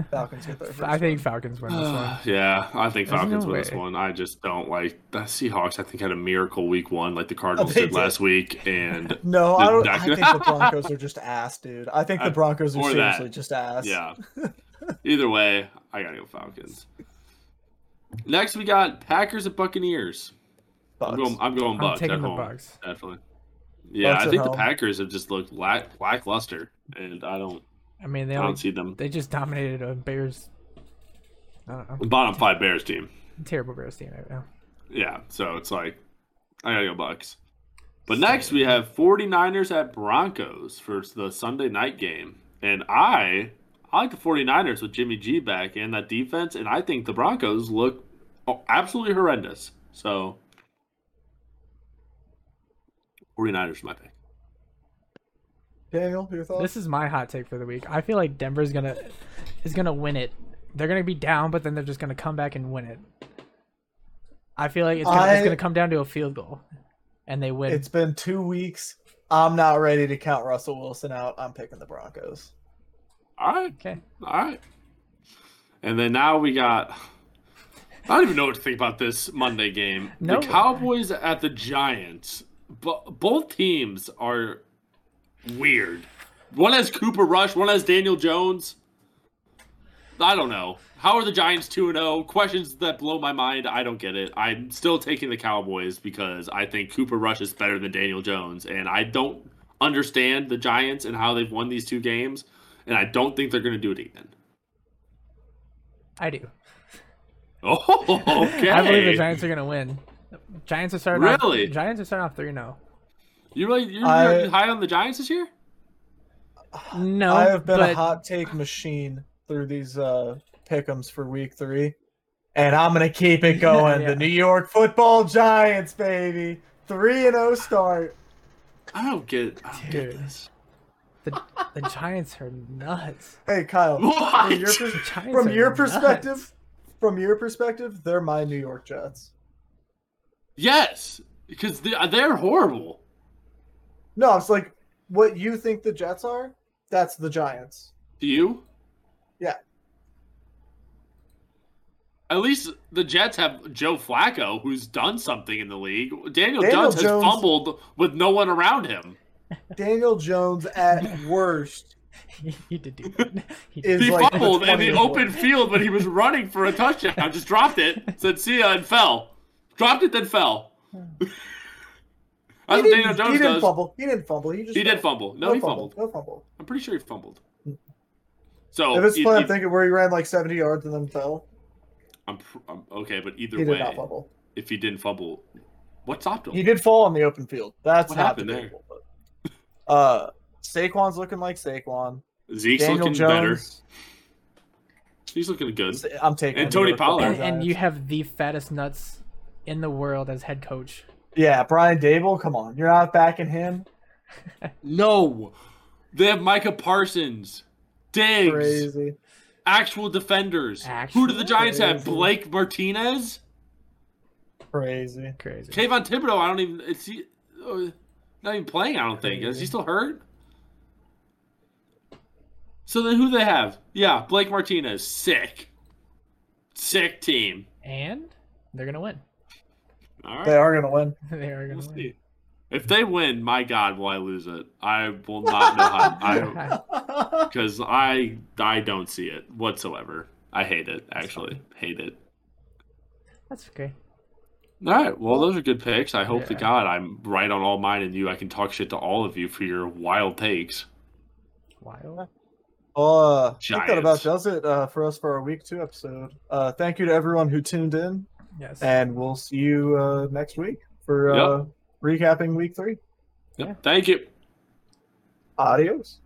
Falcons get there. I think Falcons win this one. yeah, I think There's Falcons no win this way. one. I just don't like the Seahawks. I think had a miracle week one, like the Cardinals they did, did. last week, and No, I Did don't. that I go- think the Broncos are just ass, dude. I think Uh, the Broncos are or that. seriously just ass. yeah. Either way, I gotta go Falcons. Next we got Packers at Buccaneers. Bucks. I'm going. I'm going I'm Bucks at taking the home. Bucks. Definitely. Yeah, Bucks I at think the home. Packers have just looked lack, lackluster, and I don't. I mean, they I only, don't see them. they just dominated a Bears. I don't know, Bottom five Bears team. terrible Bears team right now. Yeah, so it's like I gotta go Bucks. But next we have 49ers at Broncos for the Sunday night game. And I I like the 49ers with Jimmy G back and that defense, and I think the Broncos look oh, absolutely horrendous. So 49ers my pick. Daniel, your thoughts? This is my hot take for the week. I feel like Denver's gonna is gonna win it. They're gonna be down, but then they're just gonna come back and win it. I feel like it's gonna, it's I- gonna come down to a field goal, and they win. it's been two weeks. I'm not ready to count Russell Wilson out. I'm picking the Broncos. All right. Okay. All right. And then now we got I don't even know what to think about this Monday game. No. The Cowboys at the Giants. Bo- both teams are weird. One has Cooper Rush, one has Daniel Jones. I don't know. How are the Giants 2 0? Questions that blow my mind. I don't get it. I'm still taking the Cowboys because I think Cooper Rush is better than Daniel Jones. And I don't understand the Giants and how they've won these two games. And I don't think they're going to do it again. I do. Oh, okay. I believe the Giants are gonna win. Giants are starting. Really? Off, Giants are starting off three oh. zero. You really you're I- really high on the Giants this year? No, I have been but a hot take machine through these uh pickums for week three, and I'm gonna keep it going. Yeah. The New York Football Giants, baby, three and zero start. I don't get. I don't get Dude. this. the, the Giants are nuts. Hey, Kyle. What? From your, pers- The Giants from are your nuts. perspective, from your perspective, they're my New York Jets. yes, because they, they're horrible. No, it's like what you think the Jets are. That's the Giants. Do you? Yeah. At least the Jets have Joe Flacco, who's done something in the league. Daniel, Daniel Jones has Jones- fumbled with no one around him. Daniel Jones at worst he, he did do that. He did. is He like fumbled in the 20th open one. field when he was running for a touchdown. Just dropped it, said "see ya" and fell. Dropped it, then fell. He That's what didn't, Daniel he Jones didn't does. fumble. He didn't fumble. He, just He did fumble. No, he fumbled. No fumble. I'm pretty sure he fumbled. So if it's e- fun, e- I'm thinking where he ran like 70 yards and then fell. I'm, pr- I'm okay, but either He did not way, fumble. if he didn't fumble, what stopped him? He did fall on the open field. That's What not happened there? debatable, but- Uh, Saquon's looking like Saquon. Zeke's Daniel looking better. Jones. He's looking good. I'm taking And the New Tony York Football Pollard. and, and you Giants. have the fattest nuts in the world as head coach. yeah, Brian Dable. Come on, you're not backing him. No, They have Micah Parsons, Diggs, Crazy. actual defenders. Who do the Actual? Giants have? Crazy. Blake Martinez, Crazy. Crazy. Kayvon Thibodeau. I don't even. Is he uh, not even playing? I don't think. Is he still hurt? So then, who do they have? Yeah, Blake Martinez, sick, sick team. And they're gonna win. All They right, are gonna win. they are we'll gonna win. see. If they win, my God, will I lose it? I will not know how. I, because I I don't see it whatsoever. I hate it. Actually, hate it. That's okay. All right. Well, those are good picks. I hope to Yeah. God I'm right on all mine and you. I can talk shit to all of you for your wild takes. Wild. Well, uh, I think that about Giants. does it uh, for us for our week two episode. Uh, thank you to everyone who tuned in, Yes. and we'll see you uh, next week for Yep. uh, recapping week three. Thank you. Adios.